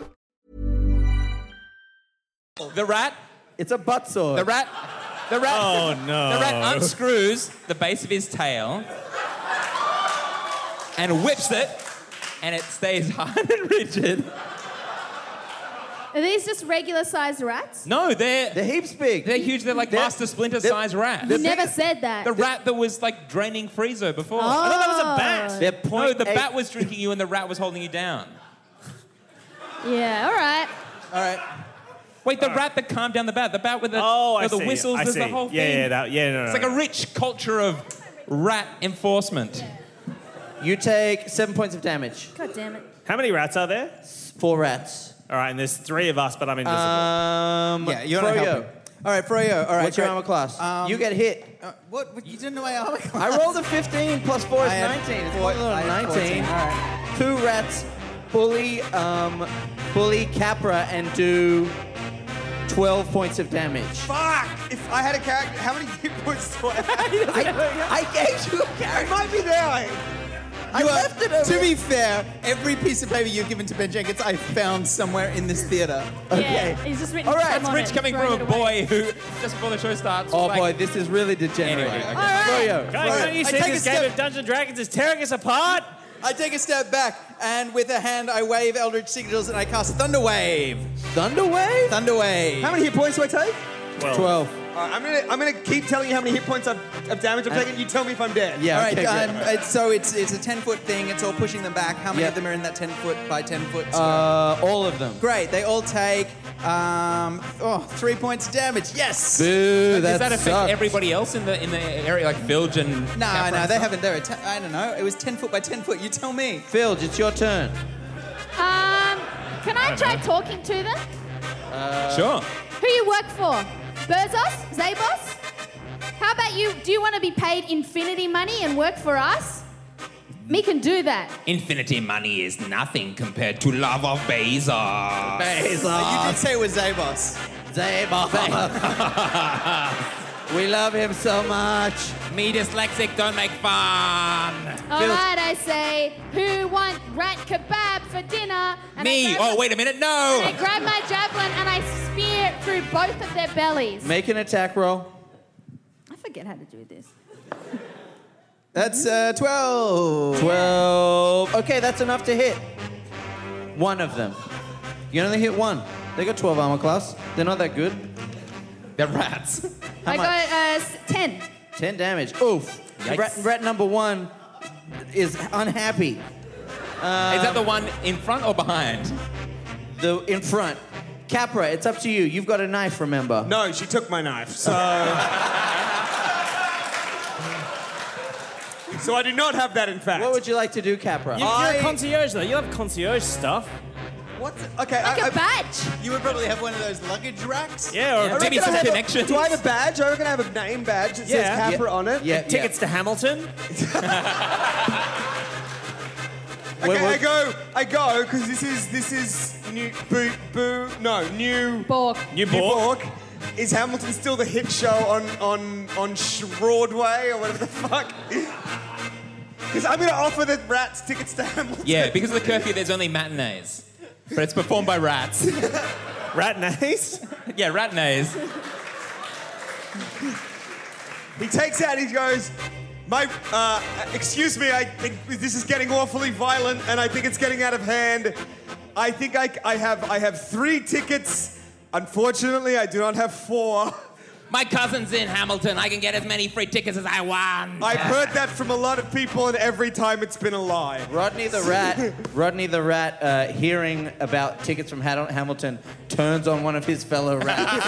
[SPEAKER 1] The rat.
[SPEAKER 5] It's a butt sword.
[SPEAKER 1] The rat. The rat.
[SPEAKER 5] Oh, no.
[SPEAKER 1] The rat unscrews the base of his tail and whips it, and it stays hard and rigid.
[SPEAKER 2] Are these just regular sized rats?
[SPEAKER 1] No, they're they're
[SPEAKER 5] heaps big.
[SPEAKER 1] They're huge. They're like Master Splinter sized rats.
[SPEAKER 2] You never said that.
[SPEAKER 1] The rat that was like draining Friezo before.
[SPEAKER 2] Oh. I thought that was a bat.
[SPEAKER 1] They're
[SPEAKER 2] point
[SPEAKER 1] no, the
[SPEAKER 2] eight-
[SPEAKER 1] bat was drinking you, and the rat was holding you down.
[SPEAKER 2] Yeah, all right.
[SPEAKER 1] All right. Wait, the rat that calmed down the bat. The bat with the,
[SPEAKER 8] Oh, I
[SPEAKER 1] with the
[SPEAKER 8] see,
[SPEAKER 1] whistles.
[SPEAKER 8] I
[SPEAKER 1] there's the
[SPEAKER 8] see.
[SPEAKER 1] whole
[SPEAKER 8] Yeah,
[SPEAKER 1] thing.
[SPEAKER 8] yeah, that- yeah, no, no,
[SPEAKER 1] It's
[SPEAKER 8] no.
[SPEAKER 1] like a rich culture of rat enforcement.
[SPEAKER 7] You take seven points of damage.
[SPEAKER 2] God damn it.
[SPEAKER 8] How many rats are there?
[SPEAKER 7] Four rats.
[SPEAKER 8] All right, and there's three of us, but I'm invisible.
[SPEAKER 7] Um,
[SPEAKER 8] Yeah, you're not
[SPEAKER 7] Froyo.
[SPEAKER 8] helping.
[SPEAKER 4] All right, Froyo. All right.
[SPEAKER 7] What's your
[SPEAKER 4] great.
[SPEAKER 7] armor class?
[SPEAKER 4] Um,
[SPEAKER 7] you get hit.
[SPEAKER 4] Uh, what? what? You didn't know my armor class.
[SPEAKER 7] I rolled a 15 plus 4 is
[SPEAKER 4] I had
[SPEAKER 7] 19. It's
[SPEAKER 4] four-
[SPEAKER 7] more than
[SPEAKER 4] I had
[SPEAKER 7] 19.
[SPEAKER 4] 14, all right.
[SPEAKER 7] Two rats bully, um, bully Capra and do 12 points of damage.
[SPEAKER 3] Fuck! If I had a character, how many hit points do I have?
[SPEAKER 7] I, I gave you a character.
[SPEAKER 3] It might be there. I,
[SPEAKER 4] You are- To be fair, every piece of paper you've given to Ben Jenkins, I found somewhere in this theater.
[SPEAKER 2] Yeah, he's just written
[SPEAKER 4] All right,
[SPEAKER 2] some
[SPEAKER 4] it's
[SPEAKER 2] on
[SPEAKER 4] rich
[SPEAKER 2] it,
[SPEAKER 4] coming
[SPEAKER 2] thrown
[SPEAKER 4] from
[SPEAKER 2] it
[SPEAKER 4] a
[SPEAKER 2] away.
[SPEAKER 1] Boy, who just before the show starts.
[SPEAKER 7] Oh
[SPEAKER 1] like,
[SPEAKER 7] boy, this is really degenerate.
[SPEAKER 1] Anyway,
[SPEAKER 7] okay. Froyo.
[SPEAKER 8] Guys,
[SPEAKER 4] Right.
[SPEAKER 8] don't you
[SPEAKER 4] I
[SPEAKER 8] see
[SPEAKER 4] take
[SPEAKER 8] this
[SPEAKER 4] a
[SPEAKER 8] game
[SPEAKER 4] step-
[SPEAKER 8] of Dungeons and Dragons is tearing us apart?
[SPEAKER 4] I take a step back, and with a hand, I wave Eldritch Signals, and I cast Thunder Wave.
[SPEAKER 7] Thunder Wave?
[SPEAKER 4] Thunder Wave.
[SPEAKER 3] How many hit points do I take?
[SPEAKER 4] Twelve. Twelve.
[SPEAKER 3] All right, I'm gonna I'm gonna keep telling you how many hit points I've, of damage I've
[SPEAKER 4] And-
[SPEAKER 3] taken. You tell me if I'm dead.
[SPEAKER 4] all right. um, it's- so it's it's a ten foot thing. It's all pushing them back. How many of them are in that ten foot by ten foot? square?
[SPEAKER 7] Uh, all of them.
[SPEAKER 4] Great. They all take um, oh, three points of damage. Yes.
[SPEAKER 1] Like, does that affect everybody else in the in the area, like Bilge and?
[SPEAKER 4] No,
[SPEAKER 1] Capra
[SPEAKER 4] no,
[SPEAKER 1] and
[SPEAKER 4] they
[SPEAKER 1] stuff?
[SPEAKER 4] haven't. They're. a te- I don't know. It was ten foot by ten foot. You tell me.
[SPEAKER 7] Filge, it's your turn.
[SPEAKER 2] Um, can I,
[SPEAKER 7] I don't
[SPEAKER 2] try
[SPEAKER 7] know.
[SPEAKER 2] talking to them?
[SPEAKER 7] Uh,
[SPEAKER 1] Sure.
[SPEAKER 2] Who you work for? Berzos? Zabos? How about you? Do you want to be paid infinity money and work for us? Me can do that.
[SPEAKER 1] Infinity money is nothing compared to love of Bezos. Ah.
[SPEAKER 4] You did say it was Zabos.
[SPEAKER 7] Zabos. we love him so much.
[SPEAKER 1] Me dyslexic, don't make fun.
[SPEAKER 2] All right, I say, who want rat kebab for dinner? And I
[SPEAKER 1] Me.
[SPEAKER 2] grab
[SPEAKER 1] Oh
[SPEAKER 2] my-
[SPEAKER 1] wait a minute,
[SPEAKER 2] And I
[SPEAKER 1] no.
[SPEAKER 2] grab my javelin and I spear it through both of their bellies.
[SPEAKER 7] Make an attack roll.
[SPEAKER 2] I forget how to do this.
[SPEAKER 4] That's uh, 12.
[SPEAKER 7] 12. Okay, that's enough to hit. One of them. You only hit one. They got 12 armor class. They're not that good. They're rats. How
[SPEAKER 2] I
[SPEAKER 7] much?
[SPEAKER 2] got uh, s- 10.
[SPEAKER 7] 10 damage. Oof.
[SPEAKER 1] Yikes.
[SPEAKER 7] Rat, rat number one is unhappy.
[SPEAKER 1] is that the one in front or behind?
[SPEAKER 7] The in front. Capra, it's up to you. You've got a knife, remember?
[SPEAKER 3] No, she took my knife. So. so I do not have that. In fact.
[SPEAKER 7] What would you like to do, Capra?
[SPEAKER 8] You, are a concierge, though. You have concierge stuff.
[SPEAKER 4] What? Okay.
[SPEAKER 3] Like
[SPEAKER 4] a
[SPEAKER 3] a
[SPEAKER 2] badge.
[SPEAKER 4] You would probably have one of those luggage racks.
[SPEAKER 8] Yeah, or
[SPEAKER 3] I reckon I have a- Do I have a badge? I reckon I have a name badge that
[SPEAKER 8] Yeah.
[SPEAKER 3] says Capra on it.
[SPEAKER 8] Yeah, Tickets to Hamilton.
[SPEAKER 3] Okay, I go, I go, because this is this is new boo boo no new
[SPEAKER 2] Bork
[SPEAKER 8] new
[SPEAKER 3] Bork. Is Hamilton still the hit show on on on Sh- Broadway or whatever the fuck? Because I'm gonna offer the rats tickets to Hamilton.
[SPEAKER 1] Yeah, because of the curfew, there's only matinees, but it's performed by rats.
[SPEAKER 8] Ratinays?
[SPEAKER 1] yeah, ratinays.
[SPEAKER 3] He takes out, he goes, my, uh, excuse me, I think this is getting awfully violent and I think it's getting out of hand. I think I, I have, I have three tickets. Unfortunately, I do not have four.
[SPEAKER 1] My cousin's in Hamilton. I can get as many free tickets as I want.
[SPEAKER 3] I've heard that from a lot of people and every time it's been a lie.
[SPEAKER 7] Rodney the rat, Rodney the rat, uh, hearing about tickets from Had- Hamilton, turns on one of his fellow rats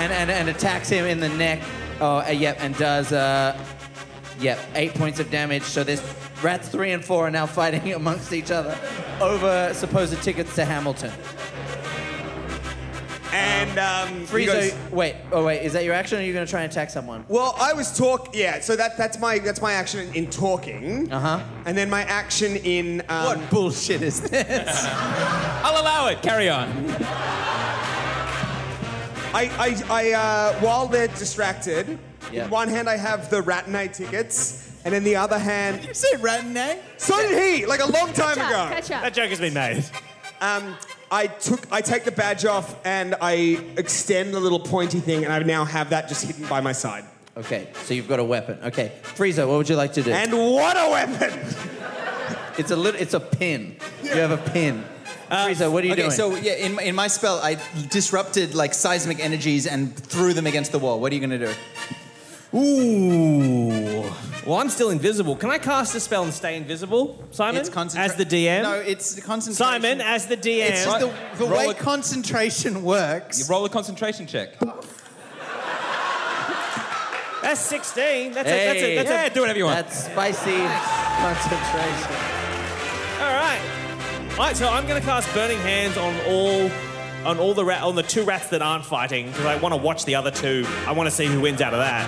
[SPEAKER 7] and, and, and attacks him in the neck. Oh, uh, yep, and does, uh, yep, eight points of damage. So this rats three and four are now fighting amongst each other over supposed tickets to Hamilton.
[SPEAKER 3] and um, you
[SPEAKER 7] Frieza,
[SPEAKER 3] guys-
[SPEAKER 7] wait, oh wait, is that your action? or Are you gonna try and attack someone?
[SPEAKER 3] Well, I was talk. Yeah, so that that's my that's my action in, in talking. Uh huh. And then my action in. Um, what
[SPEAKER 4] bullshit is this?
[SPEAKER 3] I'll allow it. Carry on. I I, I uh, while they're distracted, in one hand I have the Ratanay tickets, and in the other hand. Did
[SPEAKER 4] you say Ratanay?
[SPEAKER 3] So did he, like a long time
[SPEAKER 8] Catch
[SPEAKER 3] ago.
[SPEAKER 8] up, catch up. That joke has been made.
[SPEAKER 3] Um, I took I take the badge off and I extend the little pointy thing, and I now have that just hidden by my side.
[SPEAKER 7] Okay, so you've got a weapon. Okay, Frieza, what would you like to do?
[SPEAKER 3] And what a weapon!
[SPEAKER 7] It's a little, it's a pin. You have a
[SPEAKER 4] Uh,
[SPEAKER 7] pin. Frieza, what are you
[SPEAKER 4] okay,
[SPEAKER 7] doing?
[SPEAKER 4] so yeah, in, in my spell, I disrupted like seismic energies and threw them against the wall. What are you gonna do?
[SPEAKER 8] Ooh. Well, I'm still invisible. Can I cast a spell and stay invisible, Simon? It's as the DM.
[SPEAKER 4] No, it's concentration.
[SPEAKER 8] Simon as the DM.
[SPEAKER 4] It's just the, the way concentration works.
[SPEAKER 1] You roll a concentration check.
[SPEAKER 8] That's 16. That's a, that's a,
[SPEAKER 1] Hey.
[SPEAKER 8] that's
[SPEAKER 1] Yeah,
[SPEAKER 8] a,
[SPEAKER 1] do whatever you want.
[SPEAKER 7] That's spicy concentration.
[SPEAKER 8] All right. All right. So I'm going to cast Burning Hands on all, on all the rat, on the two rats that aren't fighting because I want to watch the other two. I want to see who wins out of that.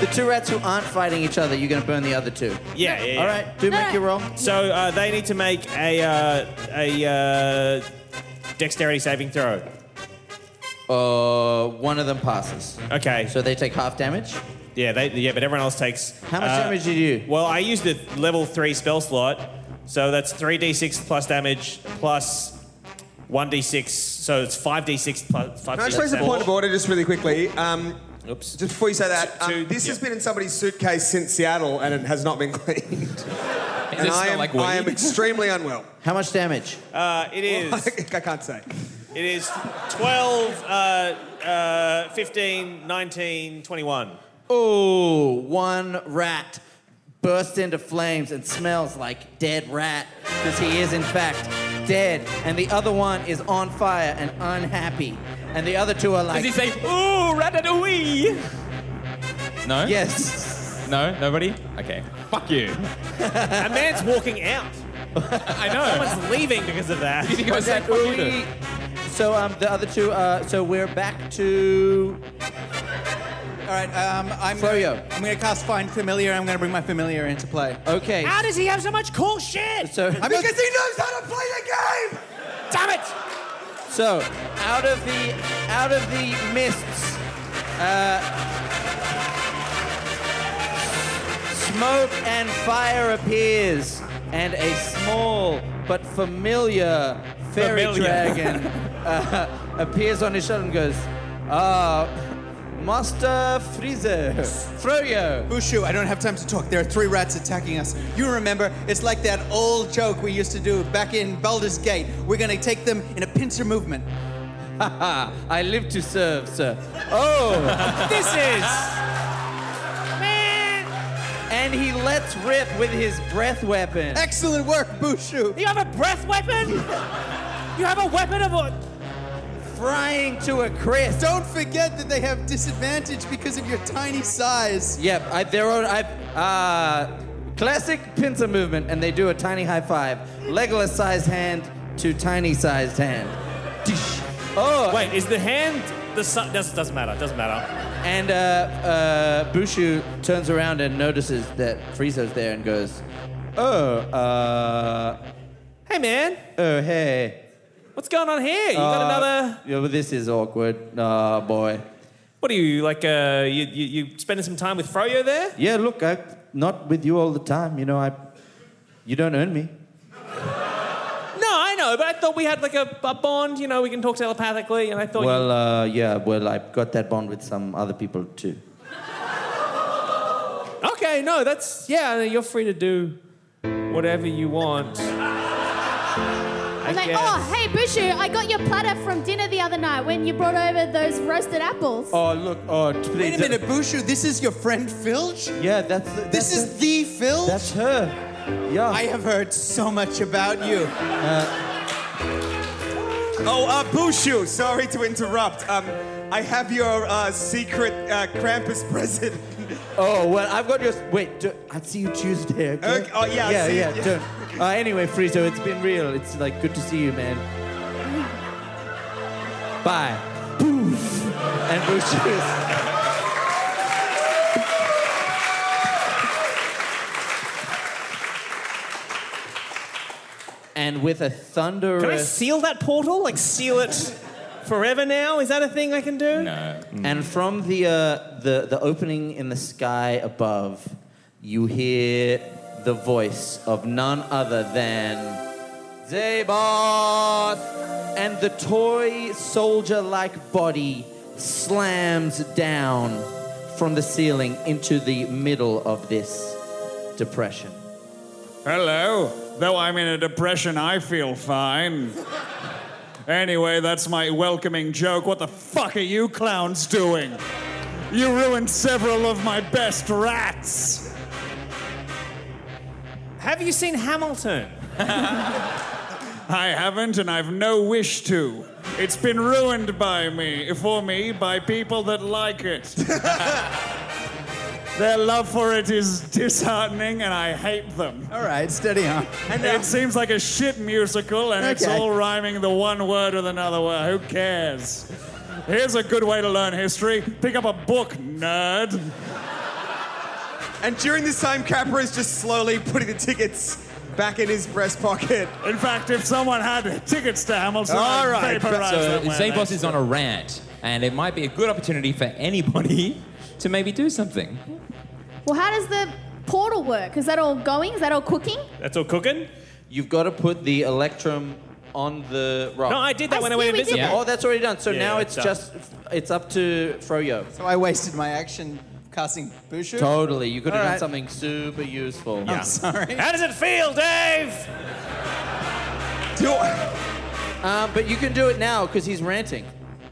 [SPEAKER 7] The two rats who aren't fighting each other, you're gonna burn the other two.
[SPEAKER 8] Yeah. yeah, yeah.
[SPEAKER 7] All right, do make your roll.
[SPEAKER 8] So uh, they need to make a uh, a uh, dexterity saving throw.
[SPEAKER 7] Uh, one of them passes.
[SPEAKER 8] Okay.
[SPEAKER 7] So they take half damage.
[SPEAKER 8] Yeah, they, yeah, but everyone else takes.
[SPEAKER 7] How much damage
[SPEAKER 8] did you do? Well, I used the level three spell slot, so that's three d6 plus damage plus one d6, so it's five d6 plus five.
[SPEAKER 3] Can I just raise a point of order just really quickly? Um, Oops. Just before you say that, um, this has been in somebody's suitcase since Seattle and it has not been cleaned. and
[SPEAKER 7] does
[SPEAKER 3] I
[SPEAKER 7] smell
[SPEAKER 3] am,
[SPEAKER 7] like
[SPEAKER 3] I am
[SPEAKER 7] weed.
[SPEAKER 3] extremely unwell.
[SPEAKER 7] How much damage?
[SPEAKER 8] Uh, it is.
[SPEAKER 3] I can't say.
[SPEAKER 8] It is 12, uh, uh, 15, 19, 21.
[SPEAKER 7] Oh, one rat bursts into flames and smells like dead rat because he is, in fact, dead. And the other one is on fire and unhappy. And the other two are like.
[SPEAKER 1] Does he say,
[SPEAKER 8] ooh, ratatouille?
[SPEAKER 1] No?
[SPEAKER 7] Yes.
[SPEAKER 1] No? Nobody? Okay. Fuck you.
[SPEAKER 8] a man's walking out. I
[SPEAKER 1] know.
[SPEAKER 8] Someone's leaving because of that.
[SPEAKER 7] You think I said fuck you to- So um, the other two. Uh, so we're back to.
[SPEAKER 4] All right, um, I'm
[SPEAKER 7] Froyo.
[SPEAKER 4] Gonna, I'm gonna cast Find Familiar. I'm gonna bring my familiar into play.
[SPEAKER 7] Okay.
[SPEAKER 8] How does he have so much cool shit?
[SPEAKER 7] So
[SPEAKER 4] I mean,
[SPEAKER 3] because he knows how to play the game.
[SPEAKER 8] Damn it!
[SPEAKER 7] So out of the out of the mists, uh, smoke and fire appears, and a small but familiar fairy
[SPEAKER 8] Familiar.
[SPEAKER 7] dragon uh, appears on his shoulder and goes, "Ah, Master Freezer, Froyo."
[SPEAKER 4] Bushu, I don't have time to talk. There are three rats attacking us. You remember, it's like that old joke we used to do back in Baldur's Gate. We're gonna take them in a pincer movement.
[SPEAKER 7] Haha, I live to serve, sir. Oh,
[SPEAKER 8] this is.
[SPEAKER 7] And he lets rip with his breath weapon.
[SPEAKER 4] Excellent work, Bushu.
[SPEAKER 8] You have a breath weapon? you have a weapon of a.
[SPEAKER 7] Frying to a crisp.
[SPEAKER 4] Don't forget that they have disadvantage because of your tiny size.
[SPEAKER 7] Yep, I, they're on. I, uh, classic pincer movement, and they do a tiny high five. Legolas sized hand to tiny sized hand. Dish. Oh.
[SPEAKER 8] Wait, is the hand. The sun. Doesn't, doesn't matter, doesn't matter.
[SPEAKER 7] And uh, uh, Bushu turns around and notices that Frieza's there and goes, Oh, uh.
[SPEAKER 8] Hey, man.
[SPEAKER 7] Oh, hey.
[SPEAKER 8] What's going on here? You got
[SPEAKER 7] Uh,
[SPEAKER 8] another.
[SPEAKER 7] Yeah, well, this is awkward.
[SPEAKER 8] uh,
[SPEAKER 7] Oh, boy.
[SPEAKER 8] What are you, like, uh, you, you, you spending some time with Froyo there?
[SPEAKER 7] Yeah, look, I'm not with you all the time. You know, I. You don't earn me.
[SPEAKER 8] No, I know, but I thought we had like a, a bond. You know, we can talk telepathically, and I thought.
[SPEAKER 7] Well, uh, yeah, well, I've got that bond with some other people
[SPEAKER 8] you...
[SPEAKER 7] too.
[SPEAKER 8] okay, no, that's yeah. You're free to do whatever you want. I
[SPEAKER 2] I'm like,
[SPEAKER 8] guess.
[SPEAKER 2] oh, hey, Bushu, I got your platter from dinner the other night when you brought over those roasted apples.
[SPEAKER 7] Oh, look, oh, please.
[SPEAKER 4] Wait a minute, Bushu, this is your friend Filch?
[SPEAKER 7] Yeah, that's. that's
[SPEAKER 4] this is the Filch? That's
[SPEAKER 7] her. Yeah.
[SPEAKER 4] I have heard so much about you.
[SPEAKER 3] Uh, Oh, uh, Bushu, sorry to interrupt. Um, I have your uh, secret uh, Krampus present.
[SPEAKER 7] Oh, well, I've got your. Wait, do, I'll see you Tuesday, okay?
[SPEAKER 3] Okay, oh, yeah, I'll
[SPEAKER 7] yeah,
[SPEAKER 3] see you-
[SPEAKER 7] yeah.
[SPEAKER 3] yeah.
[SPEAKER 7] Don't. Uh, anyway, Friezo, it's been real. It's like good to see you, man.
[SPEAKER 5] Bye. Poof. And Bruce cheers.
[SPEAKER 7] And with a thunderous.
[SPEAKER 8] Can I seal that portal? Like seal it forever now? Is that a thing I can do?
[SPEAKER 7] No. And from the, uh, the the opening in the sky above, you hear the voice of none other than Zaboth, and the toy soldier-like body slams down from the ceiling into the middle of this depression.
[SPEAKER 11] Hello. Though I'm in a depression, I feel fine. Anyway, that's my welcoming joke. What the fuck are you clowns doing? You ruined several of my best rats.
[SPEAKER 8] Have you seen Hamilton?
[SPEAKER 11] I haven't, and I've no wish to. It's been ruined by me, for me, by people that like it. Their love for it is disheartening, and I hate them.
[SPEAKER 4] All right, steady on.
[SPEAKER 11] And
[SPEAKER 8] uh,
[SPEAKER 11] it seems like a shit musical, and it's
[SPEAKER 4] Okay.
[SPEAKER 11] all rhyming the one word with another word. Who cares? Here's a good way to learn history. Pick up a book, nerd.
[SPEAKER 3] And during this time, Capra is just slowly putting the tickets back in his breast pocket. Uh,
[SPEAKER 11] In fact, if someone had tickets to Hamilton,
[SPEAKER 3] All
[SPEAKER 11] I'd
[SPEAKER 3] right,
[SPEAKER 11] vaporize
[SPEAKER 1] So
[SPEAKER 11] them.
[SPEAKER 1] Zabos is on a rant, and it might be a good opportunity for anybody to maybe do something.
[SPEAKER 2] Well, how does the portal work? Is that all going? Is that all cooking?
[SPEAKER 7] That's all cooking. You've got to put the electrum on the rock.
[SPEAKER 8] No, I did that I when I see went we did invisible. that.
[SPEAKER 7] Oh, that's already done. So
[SPEAKER 8] Yeah,
[SPEAKER 7] now
[SPEAKER 8] yeah,
[SPEAKER 7] it's
[SPEAKER 8] done.
[SPEAKER 7] just it's up to Froyo.
[SPEAKER 4] So I wasted my action casting Bushu.
[SPEAKER 7] Totally. You could have
[SPEAKER 4] All
[SPEAKER 7] done
[SPEAKER 4] right.
[SPEAKER 7] something super useful.
[SPEAKER 4] I'm sorry.
[SPEAKER 8] How does it feel, Dave?
[SPEAKER 7] Do um, but you can do it now because he's ranting.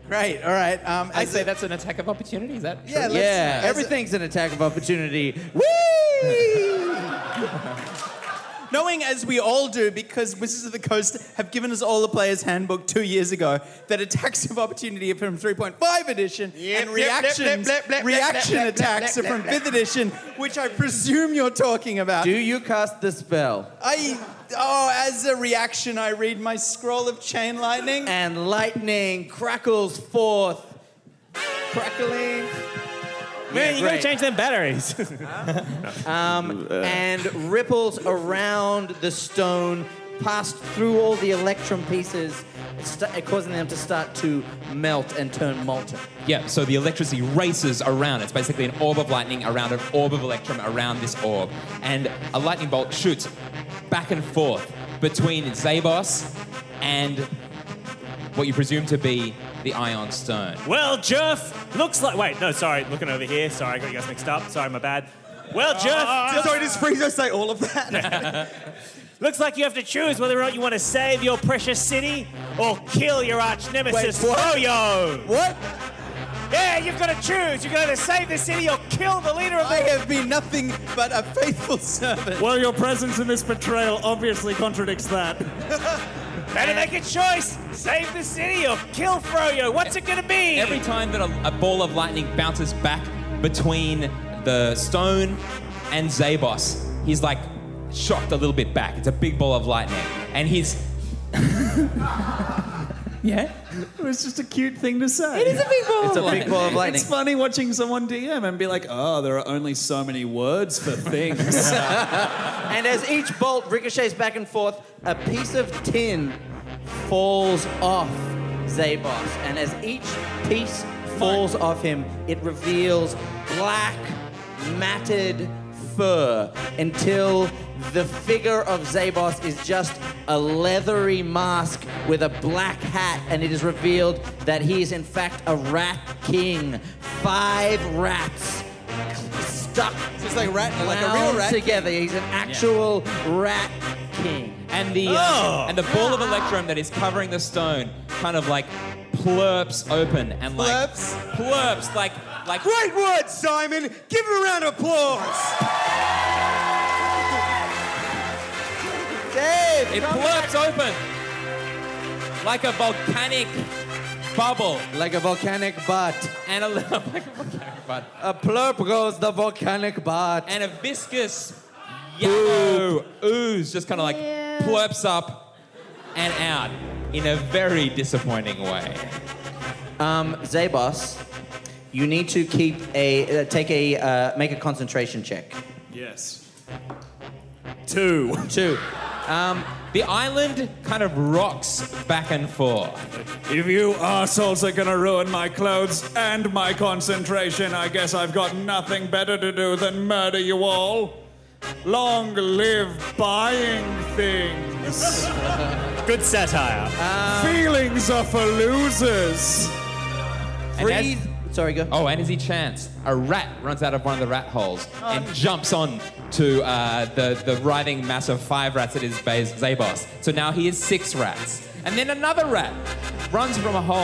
[SPEAKER 4] Great. All right. Um,
[SPEAKER 1] I say that's an attack of opportunity. Is that true?
[SPEAKER 7] Yeah.
[SPEAKER 4] let's-
[SPEAKER 7] Everything's an attack of opportunity. Woo!
[SPEAKER 4] Knowing as we all do, because Wizards of the Coast have given us all a player's handbook two years ago, that attacks of opportunity are from 3.5 edition and
[SPEAKER 18] yep, yep,
[SPEAKER 4] reactions,
[SPEAKER 18] yep, yep, yep,
[SPEAKER 4] reaction
[SPEAKER 18] yep, yep,
[SPEAKER 4] attacks
[SPEAKER 18] yep,
[SPEAKER 4] are
[SPEAKER 18] yep,
[SPEAKER 4] from
[SPEAKER 18] yep.
[SPEAKER 4] 5th edition, which I presume you're talking about.
[SPEAKER 7] Do you cast the spell?
[SPEAKER 4] I, oh, as a reaction, I read my scroll of chain lightning.
[SPEAKER 7] And lightning crackles forth. Crackling.
[SPEAKER 8] Man,
[SPEAKER 7] Yeah,
[SPEAKER 8] you gotta
[SPEAKER 7] great.
[SPEAKER 8] change them batteries.
[SPEAKER 7] Um, and ripples around the stone, passed through all the electrum pieces, st- causing them to start to melt and turn molten.
[SPEAKER 1] Yeah, so the electricity races around. It's basically an orb of lightning around an orb of electrum around this orb. And a lightning bolt shoots back and forth between Zabos and what you presume to be the Ion Stone.
[SPEAKER 8] Well, Jeff looks like. Wait, no, sorry. Looking over here. Sorry, I got you guys mixed up. Sorry, my bad. Well, Jeff.
[SPEAKER 3] Ah. Sorry, does
[SPEAKER 8] Friezo say all of that? looks like you have to choose whether or not you want to save your precious city or kill your arch nemesis,
[SPEAKER 18] Wait, what?
[SPEAKER 8] Froyo.
[SPEAKER 4] What?
[SPEAKER 8] Yeah, you've got to choose. You're going to save the city or kill the leader of the. I
[SPEAKER 4] have been nothing but a faithful servant.
[SPEAKER 11] Well, your presence in this betrayal obviously contradicts that.
[SPEAKER 8] Better make a choice. Save the city or kill Froyo. What's it going to be?
[SPEAKER 1] Every time that a, a ball of lightning bounces back between the stone and Zabos, he's like shocked a little bit back. It's a big ball of lightning. And he's. yeah?
[SPEAKER 6] It was just a cute thing to say.
[SPEAKER 18] It is a big ball
[SPEAKER 1] It's of a big lightning. ball of lightning.
[SPEAKER 6] It's funny watching someone DM and be like, oh, there are only so many words for things.
[SPEAKER 7] and as each bolt ricochets back and forth, a piece of tin falls off Zabos. And as each piece falls off him, it reveals black, matted fur until the figure of Zabos is just a leathery mask with a black hat, and it is revealed that he is in fact a rat king. Five rats stuck.
[SPEAKER 4] It's like rat, like a real rat king.
[SPEAKER 7] together. He's an actual rat king.
[SPEAKER 1] And the uh,
[SPEAKER 7] Oh.
[SPEAKER 1] and the ball of electrum that is covering the stone kind of like plurps open and like plurps, plurps like like
[SPEAKER 3] Great word, Simon! Give him a round of applause!
[SPEAKER 7] Dave,
[SPEAKER 1] it plurps open like a volcanic bubble,
[SPEAKER 7] like a volcanic butt,
[SPEAKER 1] and a like a volcanic butt,
[SPEAKER 7] A plurp goes the volcanic butt.
[SPEAKER 1] and a viscous yellow ooze just kind of like plurps up and out in a very disappointing way.
[SPEAKER 7] Um, Zabos, you need to keep a uh, take a uh, make a concentration check.
[SPEAKER 1] Yes.
[SPEAKER 7] Two. Two.
[SPEAKER 1] Um, the island kind of rocks back and forth.
[SPEAKER 11] If you assholes are gonna ruin my clothes and my concentration, I guess I've got nothing better to do than murder you all. Long live buying things.
[SPEAKER 8] Good satire.
[SPEAKER 1] uh,
[SPEAKER 11] Feelings are for losers.
[SPEAKER 1] Freeze.
[SPEAKER 7] Sorry, go.
[SPEAKER 1] Oh, and as he chants, a rat runs out of one of the rat holes and jumps on to uh, the, the writhing mass of five rats that is Baz- Zabos. So now he is six rats. And then another rat runs from a hole,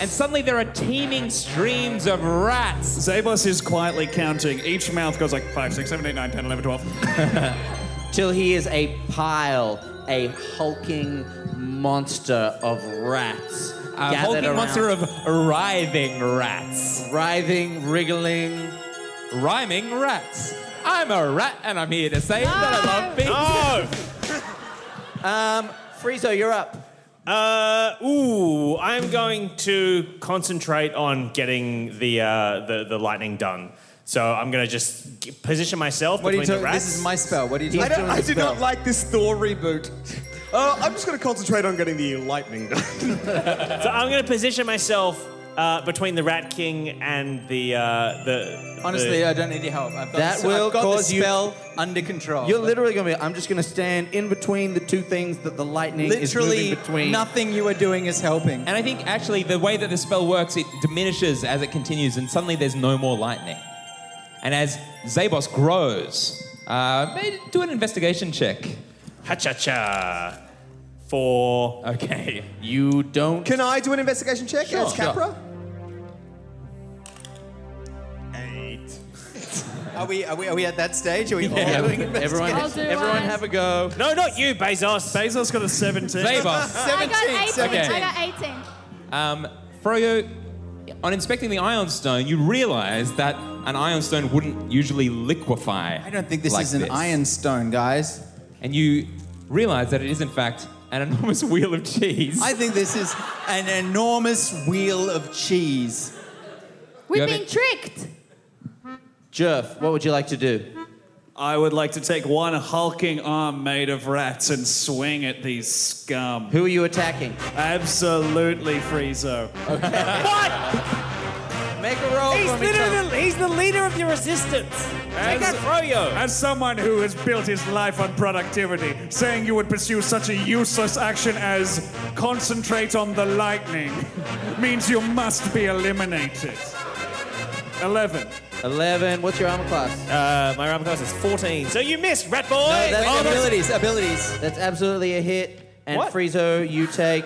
[SPEAKER 1] and suddenly there are teeming streams of rats.
[SPEAKER 11] Zabos is quietly counting. Each mouth goes like 5, 6, 7, 8, 9, 10, 11, 12.
[SPEAKER 7] Till he is a pile, a hulking monster of rats.
[SPEAKER 1] A
[SPEAKER 7] gathered
[SPEAKER 1] hulking monster
[SPEAKER 7] around.
[SPEAKER 1] of writhing rats.
[SPEAKER 7] Writhing, wriggling,
[SPEAKER 1] rhyming rats. I'm a rat, and I'm here to say that I love beans.
[SPEAKER 8] Um,
[SPEAKER 7] Friezo, you're up.
[SPEAKER 8] Uh, ooh, I'm going to concentrate on getting the uh, the, the lightning done. So I'm going to just g- position myself
[SPEAKER 4] What are you
[SPEAKER 8] between the
[SPEAKER 4] talking?
[SPEAKER 8] rats.
[SPEAKER 4] This is my spell. What are you
[SPEAKER 3] I,
[SPEAKER 4] talking
[SPEAKER 3] don't, I do not like this Thor reboot. Uh, I'm just going to concentrate on getting the lightning done.
[SPEAKER 8] so I'm going to position myself uh, between the Rat King and the uh, the.
[SPEAKER 4] Honestly,
[SPEAKER 8] the-
[SPEAKER 4] I don't need your help. I've got
[SPEAKER 7] That
[SPEAKER 4] this,
[SPEAKER 7] will
[SPEAKER 4] I've got
[SPEAKER 7] cause
[SPEAKER 4] the
[SPEAKER 7] you-
[SPEAKER 4] spell under control.
[SPEAKER 7] You're literally gonna be. I'm just gonna stand in between the two things that the lightning is
[SPEAKER 4] literally
[SPEAKER 7] moving between.
[SPEAKER 4] nothing you are doing is helping.
[SPEAKER 1] And I think actually the way that the spell works, it diminishes as it continues, and suddenly there's no more lightning. And as Zabos grows, uh, may- do an investigation check.
[SPEAKER 8] Ha cha cha. Four.
[SPEAKER 1] Okay.
[SPEAKER 7] You don't.
[SPEAKER 3] Can I do an investigation check
[SPEAKER 1] Sure.
[SPEAKER 3] as Capra?
[SPEAKER 4] Eight. are we? Are we? Are we at that stage? Are we
[SPEAKER 8] Yeah.
[SPEAKER 4] all doing
[SPEAKER 8] Everyone- I'll do everyone mine. have
[SPEAKER 7] a go.
[SPEAKER 8] No, not you, Bezos.
[SPEAKER 11] Bezos got a 17.
[SPEAKER 1] Zabos.
[SPEAKER 15] I got 18.
[SPEAKER 1] Okay.
[SPEAKER 15] I got 18.
[SPEAKER 1] Um, Froyo, on inspecting the ion stone, you realize that an ion stone wouldn't usually liquefy.
[SPEAKER 4] I don't think this
[SPEAKER 1] like
[SPEAKER 4] is an
[SPEAKER 1] this.
[SPEAKER 4] iron stone, guys.
[SPEAKER 1] And you realize that it is, in fact, an enormous wheel of cheese.
[SPEAKER 4] I think this is an enormous wheel of cheese.
[SPEAKER 15] We've
[SPEAKER 7] You
[SPEAKER 15] been tricked.
[SPEAKER 7] Jerf, what would you like to do?
[SPEAKER 11] I would like to take one hulking arm made of rats and swing at these scum.
[SPEAKER 7] Who are you attacking?
[SPEAKER 11] Absolutely, Friezo.
[SPEAKER 7] Make a roll
[SPEAKER 8] He's
[SPEAKER 7] from each
[SPEAKER 8] literally he's the leader of the resistance. Take that Froyo.
[SPEAKER 11] As someone who has built his life on productivity, saying you would pursue such a useless action as concentrate on the lightning means you must be eliminated. 11.
[SPEAKER 7] 11. What's your armor class?
[SPEAKER 8] Uh, my armor class is 14. So you missed, rat boy.
[SPEAKER 7] No, that's
[SPEAKER 8] Oh,
[SPEAKER 7] abilities. Abilities. That's absolutely a hit. And
[SPEAKER 8] What?
[SPEAKER 7] Friezo, you take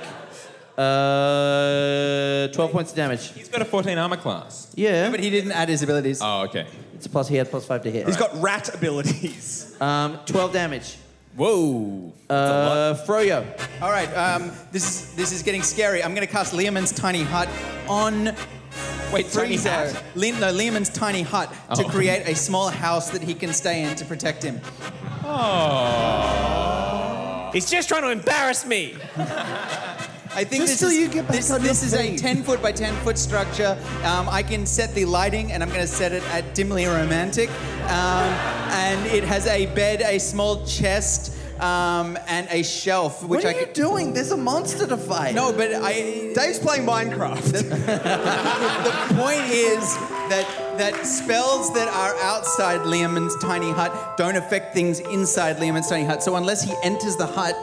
[SPEAKER 7] uh, 12 points of damage.
[SPEAKER 1] He's got a 14 armor class.
[SPEAKER 7] Yeah.
[SPEAKER 4] but he didn't add his abilities.
[SPEAKER 1] Oh, okay.
[SPEAKER 7] It's a plus. He had plus five to hit.
[SPEAKER 3] He's got rat abilities.
[SPEAKER 7] Um, 12 damage.
[SPEAKER 1] Whoa.
[SPEAKER 7] Uh, Froyo.
[SPEAKER 4] All right, um, this is, this is getting scary. I'm going to cast Liamon's tiny hut on.
[SPEAKER 1] Wait, tiny
[SPEAKER 4] Friezo.
[SPEAKER 1] hat?
[SPEAKER 4] Liam- no, Liamon's tiny hut to
[SPEAKER 1] Oh.
[SPEAKER 4] create a small house that he can stay in to protect him.
[SPEAKER 8] Oh. He's just trying to embarrass me.
[SPEAKER 4] I think
[SPEAKER 8] Just
[SPEAKER 4] this
[SPEAKER 8] till
[SPEAKER 4] is,
[SPEAKER 8] you get back
[SPEAKER 4] this,
[SPEAKER 8] on
[SPEAKER 4] this
[SPEAKER 8] your
[SPEAKER 4] is a
[SPEAKER 8] feet.
[SPEAKER 4] 10 foot by 10 foot structure. Um, I can set the lighting, and I'm going to set it at dimly romantic. Um, and it has a bed, a small chest, um, and a shelf. Which
[SPEAKER 7] What are
[SPEAKER 4] I
[SPEAKER 7] you
[SPEAKER 4] can...
[SPEAKER 7] doing? There's a monster to fight.
[SPEAKER 4] No, but I.
[SPEAKER 3] Dave's playing Minecraft.
[SPEAKER 4] the point is that that spells that are outside Liamon's tiny hut don't affect things inside Liamon's tiny hut. So unless he enters the hut,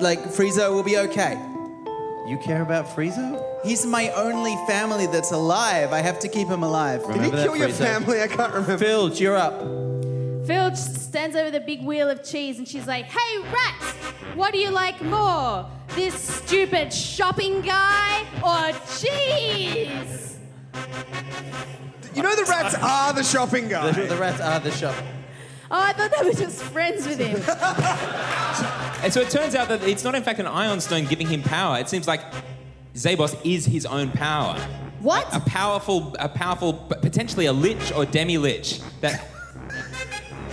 [SPEAKER 4] like Friezo will be okay.
[SPEAKER 7] You care about Friezo?
[SPEAKER 4] He's my only family that's alive. I have to keep him alive.
[SPEAKER 7] Remember that, Friezo.
[SPEAKER 4] I can't remember.
[SPEAKER 7] Filge, you're up.
[SPEAKER 2] Filch stands over the big wheel of cheese and she's like, Hey, rats, what do you like more? This stupid shopping guy or cheese?
[SPEAKER 3] you know the rats are the shopping guy.
[SPEAKER 7] The, the rats are the shop.
[SPEAKER 2] Oh, I thought they were just friends with him.
[SPEAKER 1] And so it turns out that it's not, in fact, an ion stone giving him power. It seems like Zabos is his own power.
[SPEAKER 2] What?
[SPEAKER 1] A powerful, a powerful, but potentially a lich or demi lich that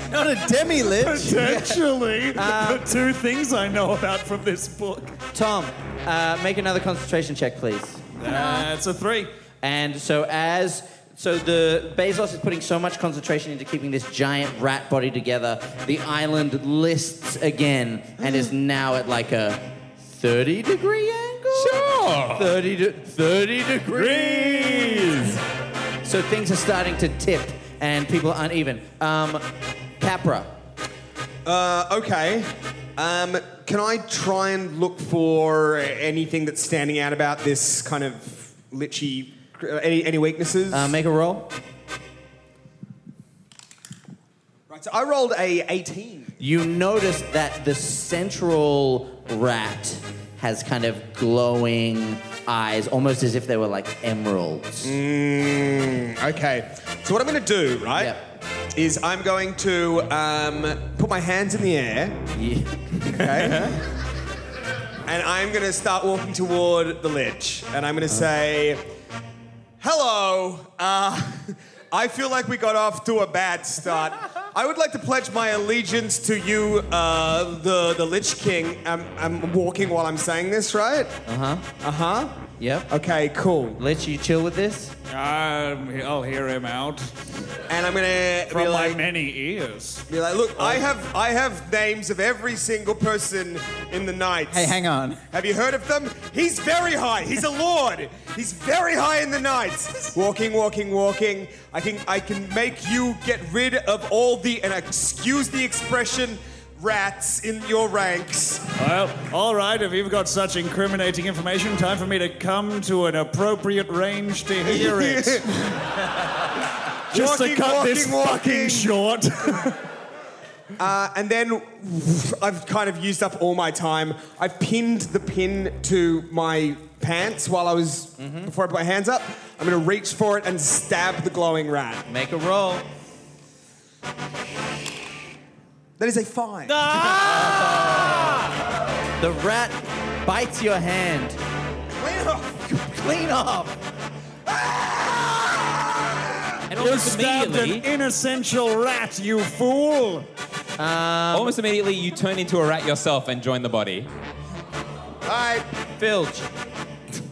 [SPEAKER 4] Not a demi lich.
[SPEAKER 11] Potentially
[SPEAKER 7] Uh,
[SPEAKER 11] the two things I know about from this book.
[SPEAKER 7] Tom, uh, make another concentration check, please.
[SPEAKER 11] That's a three.
[SPEAKER 7] And so as so the Bezos is putting so much concentration into keeping this giant rat body together, the island lists again and is now at like a 30 degree angle. Sure. 30 de- 30 degrees. So things are starting to tip and people are uneven. Um, Capra.
[SPEAKER 3] Uh, okay. Um, can I try and look for anything that's standing out about this kind of litchy? uh, Any, any weaknesses? Uh,
[SPEAKER 7] make a roll.
[SPEAKER 3] Right, so I rolled a 18.
[SPEAKER 7] you notice that the central rat has kind of glowing eyes, almost as if they were like emeralds.
[SPEAKER 3] Mm, okay. So what I'm going to do, right, is I'm going to um, put my hands in the air. Okay. and I'm going to start walking toward the ledge, and I'm going to say, "Hello. Uh, I feel like we got off to a bad start." I would like to pledge my allegiance to you, uh, the the Lich King. I'm, I'm walking while I'm saying this, right?
[SPEAKER 7] Uh huh.
[SPEAKER 3] Uh huh.
[SPEAKER 7] Yep.
[SPEAKER 3] Okay. Cool.
[SPEAKER 7] Lich, you chill with this?
[SPEAKER 11] Um,
[SPEAKER 3] oh.
[SPEAKER 11] I'll hear him out.
[SPEAKER 3] And I'm gonna
[SPEAKER 11] from
[SPEAKER 3] be like-
[SPEAKER 11] my many ears.
[SPEAKER 3] Be like, look, I
[SPEAKER 11] Oh.
[SPEAKER 3] have I have names of every single person in the knights.
[SPEAKER 4] Hey, hang on.
[SPEAKER 3] Have you heard of them? He's very high. He's a lord. He's very high in the knights. Walking, walking, walking. I can I can make you get rid of all the and excuse the expression rats in your ranks.
[SPEAKER 11] Well, all right, if you've got such incriminating information, time for me to come to an appropriate range to hear it. Just to
[SPEAKER 3] Walking,
[SPEAKER 11] cut this
[SPEAKER 3] walking, walking.
[SPEAKER 11] fucking short.
[SPEAKER 3] Uh, and then I've kind of used up all my time. I pinned the pin to my pants while I was before I put my hands up. I'm gonna reach for it and stab the glowing rat.
[SPEAKER 7] Make a roll.
[SPEAKER 3] That is a five.
[SPEAKER 7] The rat bites your hand. Clean off! Clean off!
[SPEAKER 11] And you stabbed an inessential rat, you fool!
[SPEAKER 1] Almost immediately, you turn into a rat yourself and join the body.
[SPEAKER 3] Alright.
[SPEAKER 7] Filch.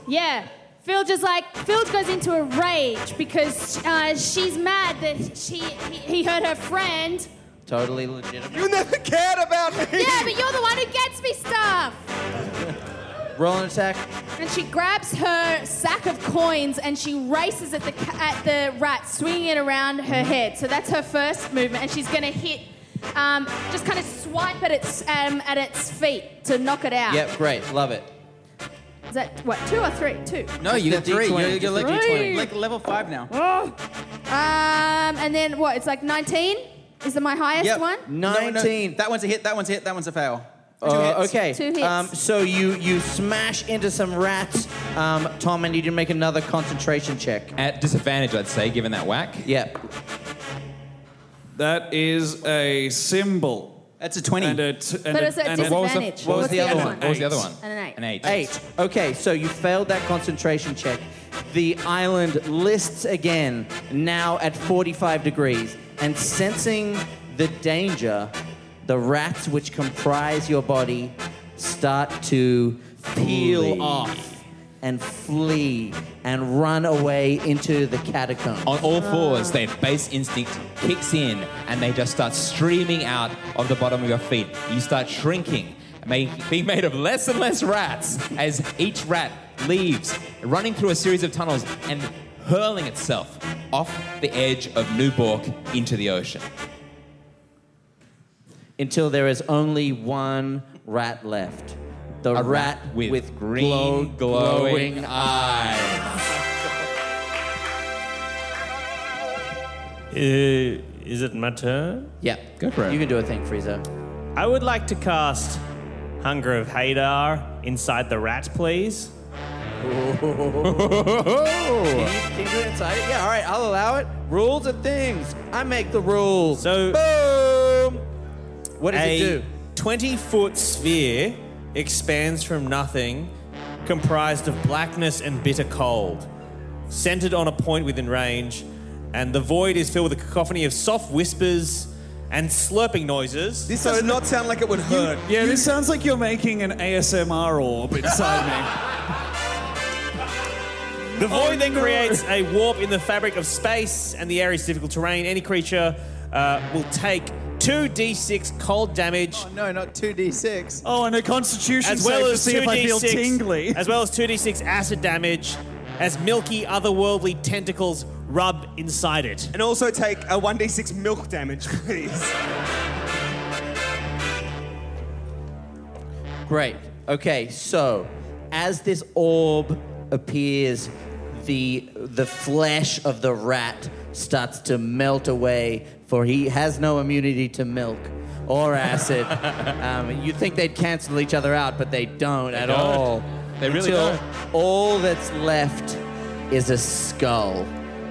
[SPEAKER 2] Yeah. Phil just like Phil goes into a rage because uh, she's mad that she he, he hurt her friend.
[SPEAKER 7] Totally legitimate.
[SPEAKER 3] You never cared about me.
[SPEAKER 2] Yeah, but you're the one who gets me stuff.
[SPEAKER 7] Roll an attack.
[SPEAKER 2] And she grabs her sack of coins and she races at the ca- at the rat, swinging it around her head. So that's her first movement, and she's gonna hit, um, just kind of swipe at its um, at its feet to knock it out.
[SPEAKER 7] Yep, great. Love it.
[SPEAKER 2] Is that what two or three? Two.
[SPEAKER 7] No, you got three. You're, you're like
[SPEAKER 2] Three.
[SPEAKER 4] Like level five now.
[SPEAKER 2] Oh. Um, and then what? It's like 19. Is it my highest
[SPEAKER 4] Yep.
[SPEAKER 2] one?
[SPEAKER 4] No, no, no. That one's a hit. That one's a hit. That one's a fail.
[SPEAKER 7] Uh,
[SPEAKER 4] hits.
[SPEAKER 7] okay.
[SPEAKER 2] Two hits.
[SPEAKER 7] Um, so you you smash into some rats. Um, Tom, I need you to make another concentration check.
[SPEAKER 1] At disadvantage, I'd say, given that whack.
[SPEAKER 7] Yeah.
[SPEAKER 11] That is a symbol.
[SPEAKER 4] That's a 20.
[SPEAKER 11] And a t- and
[SPEAKER 2] But
[SPEAKER 11] a-
[SPEAKER 2] it's at
[SPEAKER 11] and a-
[SPEAKER 2] disadvantage.
[SPEAKER 7] What was the other
[SPEAKER 2] other
[SPEAKER 7] one? What was the other one?
[SPEAKER 2] And an eight.
[SPEAKER 7] Eight. Okay, so you failed that concentration check. The island lists again, now at 45 degrees, and sensing the danger, the rats which comprise your body start to peel
[SPEAKER 19] Flee.
[SPEAKER 7] off and flee and run away into the catacombs.
[SPEAKER 1] On all fours, their base instinct kicks in and they just start streaming out of the bottom of your feet. You start shrinking, make, being made of less and less rats as each rat leaves, running through a series of tunnels and hurling itself off the edge of Nubork into the ocean.
[SPEAKER 7] until there is only one rat left. The
[SPEAKER 1] A
[SPEAKER 7] rat,
[SPEAKER 1] rat
[SPEAKER 7] with,
[SPEAKER 1] with
[SPEAKER 7] green
[SPEAKER 1] glow- glowing eyes.
[SPEAKER 8] Uh, is it my turn?
[SPEAKER 7] Yeah.
[SPEAKER 8] Go for it. You
[SPEAKER 7] can do a thing, Frieza.
[SPEAKER 8] I would like to cast Hunger of Hadar inside the rat, please.
[SPEAKER 1] Oh.
[SPEAKER 7] Can you, can you do it inside it? Yeah, all right, I'll allow it. Rules are things. I make the rules.
[SPEAKER 8] So,
[SPEAKER 7] boom. What does
[SPEAKER 8] a
[SPEAKER 7] it do?
[SPEAKER 8] 20 foot sphere expands from nothing, comprised of blackness and bitter cold, centered on a point within range, and the void is filled with a cacophony of soft whispers and slurping noises.
[SPEAKER 3] This does not sound like it would hurt.
[SPEAKER 11] yeah, this sounds like you're making an ASMR orb inside me.
[SPEAKER 8] The void then creates a warp in the fabric of space and the area's difficult terrain. Any creature uh, will take 2d6 cold damage. Oh,
[SPEAKER 4] no, not 2d6.
[SPEAKER 8] Oh, and a constitution as well
[SPEAKER 20] save to
[SPEAKER 8] as
[SPEAKER 20] see if I feel
[SPEAKER 8] 2d6
[SPEAKER 20] tingly.
[SPEAKER 8] As well as 2d6 acid damage as milky, otherworldly tentacles rub inside it.
[SPEAKER 3] And also take a 1d6 milk damage, please.
[SPEAKER 7] Great. Okay, so as this orb appears, the the flesh of the rat starts to melt away, for he has no immunity to milk or acid. um, you'd think they'd cancel each other out, but they don't at
[SPEAKER 1] don't.
[SPEAKER 7] all.
[SPEAKER 1] They really
[SPEAKER 7] Until
[SPEAKER 1] don't.
[SPEAKER 7] All that's left is a skull,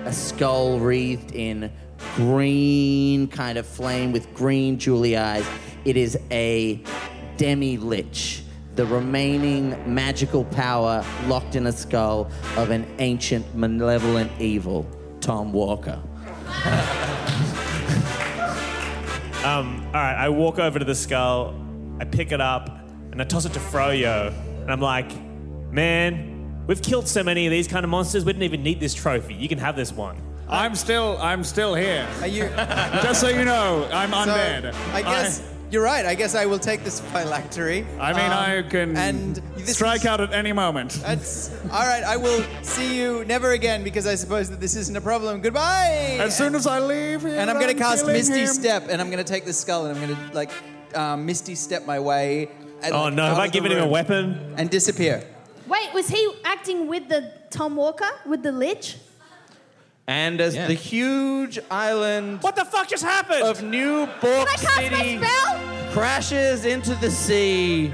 [SPEAKER 7] a skull wreathed in green kind of flame with green jewelry eyes. It is a demi lich, the remaining magical power locked in a skull of an ancient malevolent evil, Tom Walker.
[SPEAKER 8] Um, all right, I walk over to the skull, I pick it up, and I toss it to Froyo, and I'm like, man, we've killed so many of these kind of monsters, we didn't even need this trophy. You can have this one.
[SPEAKER 11] I'm still, I'm still here.
[SPEAKER 4] Are you?
[SPEAKER 11] Just so you know, I'm
[SPEAKER 4] So,
[SPEAKER 11] undead.
[SPEAKER 4] I guess you're right. I guess I will take this phylactery. Um,
[SPEAKER 11] I mean, I can
[SPEAKER 4] and
[SPEAKER 11] strike out at any moment.
[SPEAKER 4] That's all right. I will see you never again because I suppose that this isn't a problem. Goodbye.
[SPEAKER 11] As soon as I leave, here,
[SPEAKER 4] and I'm gonna
[SPEAKER 11] I'm
[SPEAKER 4] cast
[SPEAKER 11] killing
[SPEAKER 4] Misty
[SPEAKER 11] him.
[SPEAKER 4] Step, and I'm gonna take the skull, and I'm gonna like um, Misty Step my way. and,
[SPEAKER 8] Oh,
[SPEAKER 4] like,
[SPEAKER 8] no, have
[SPEAKER 4] out
[SPEAKER 8] I
[SPEAKER 4] of the
[SPEAKER 8] given him a
[SPEAKER 4] room
[SPEAKER 8] weapon?
[SPEAKER 4] And disappear.
[SPEAKER 2] Wait, was he acting with the Tom Walker, with the lich?
[SPEAKER 7] And as the huge island
[SPEAKER 8] What the fuck just happened?
[SPEAKER 7] of New Bork City crashes into the sea,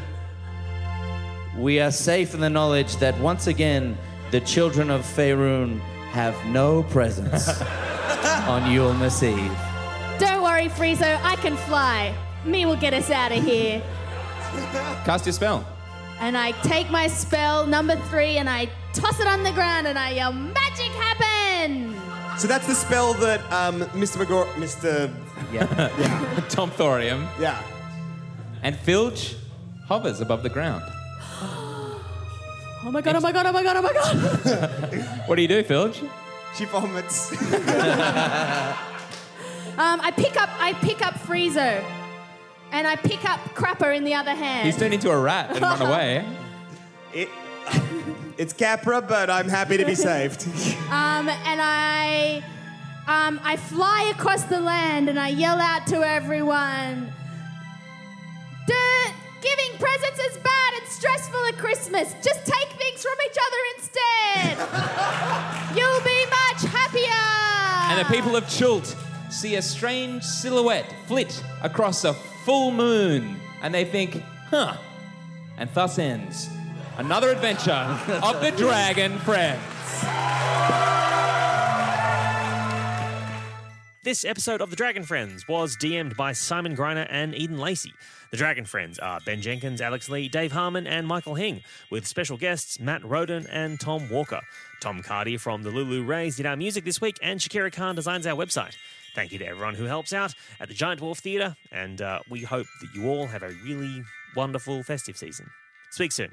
[SPEAKER 7] we are safe in the knowledge that once again the children of Faerun have no presence on Yulmas Eve.
[SPEAKER 2] Don't worry, Friezo, I can fly. Me will get us out of here.
[SPEAKER 1] Cast your spell.
[SPEAKER 2] And I take my spell, number three, and I toss it on the ground and I yell, Magic happen!
[SPEAKER 3] so that's the spell that um, Mr. McGor... Mr.
[SPEAKER 7] Yeah.
[SPEAKER 1] Tom Thorium.
[SPEAKER 3] Yeah.
[SPEAKER 1] And Filch hovers above the ground.
[SPEAKER 21] Oh my god, oh my god, oh my god, oh my god.
[SPEAKER 1] What do you do, Filch?
[SPEAKER 3] She vomits.
[SPEAKER 2] Um, I pick up I pick up Friezo. And I pick up Crapper in the other hand.
[SPEAKER 1] He's turned into a rat and run away.
[SPEAKER 3] It, it's Capra, but I'm happy to be saved.
[SPEAKER 2] Um, and I, um, I fly across the land and I yell out to everyone, "Duh, giving presents is bad and stressful at Christmas. Just take things from each other instead. You'll be much happier."
[SPEAKER 1] And the people of Chult see a strange silhouette flit across a full moon, and they think, huh. And thus ends another adventure of the Dragon Friend.
[SPEAKER 8] This episode of The Dragon Friends was DM'd by Simon Greiner and Eden Lacey. The Dragon Friends are Ben Jenkins, Alex Lee, Dave Harmon, and Michael Hing, with special guests Matt Roden and Tom Walker. Tom Cardy from the Lulu Rays did our music this week, and Shakira Khan designs our website. Thank you to everyone who helps out at the Giant Dwarf Theatre, and uh, we hope that you all have a really wonderful festive season. Speak soon.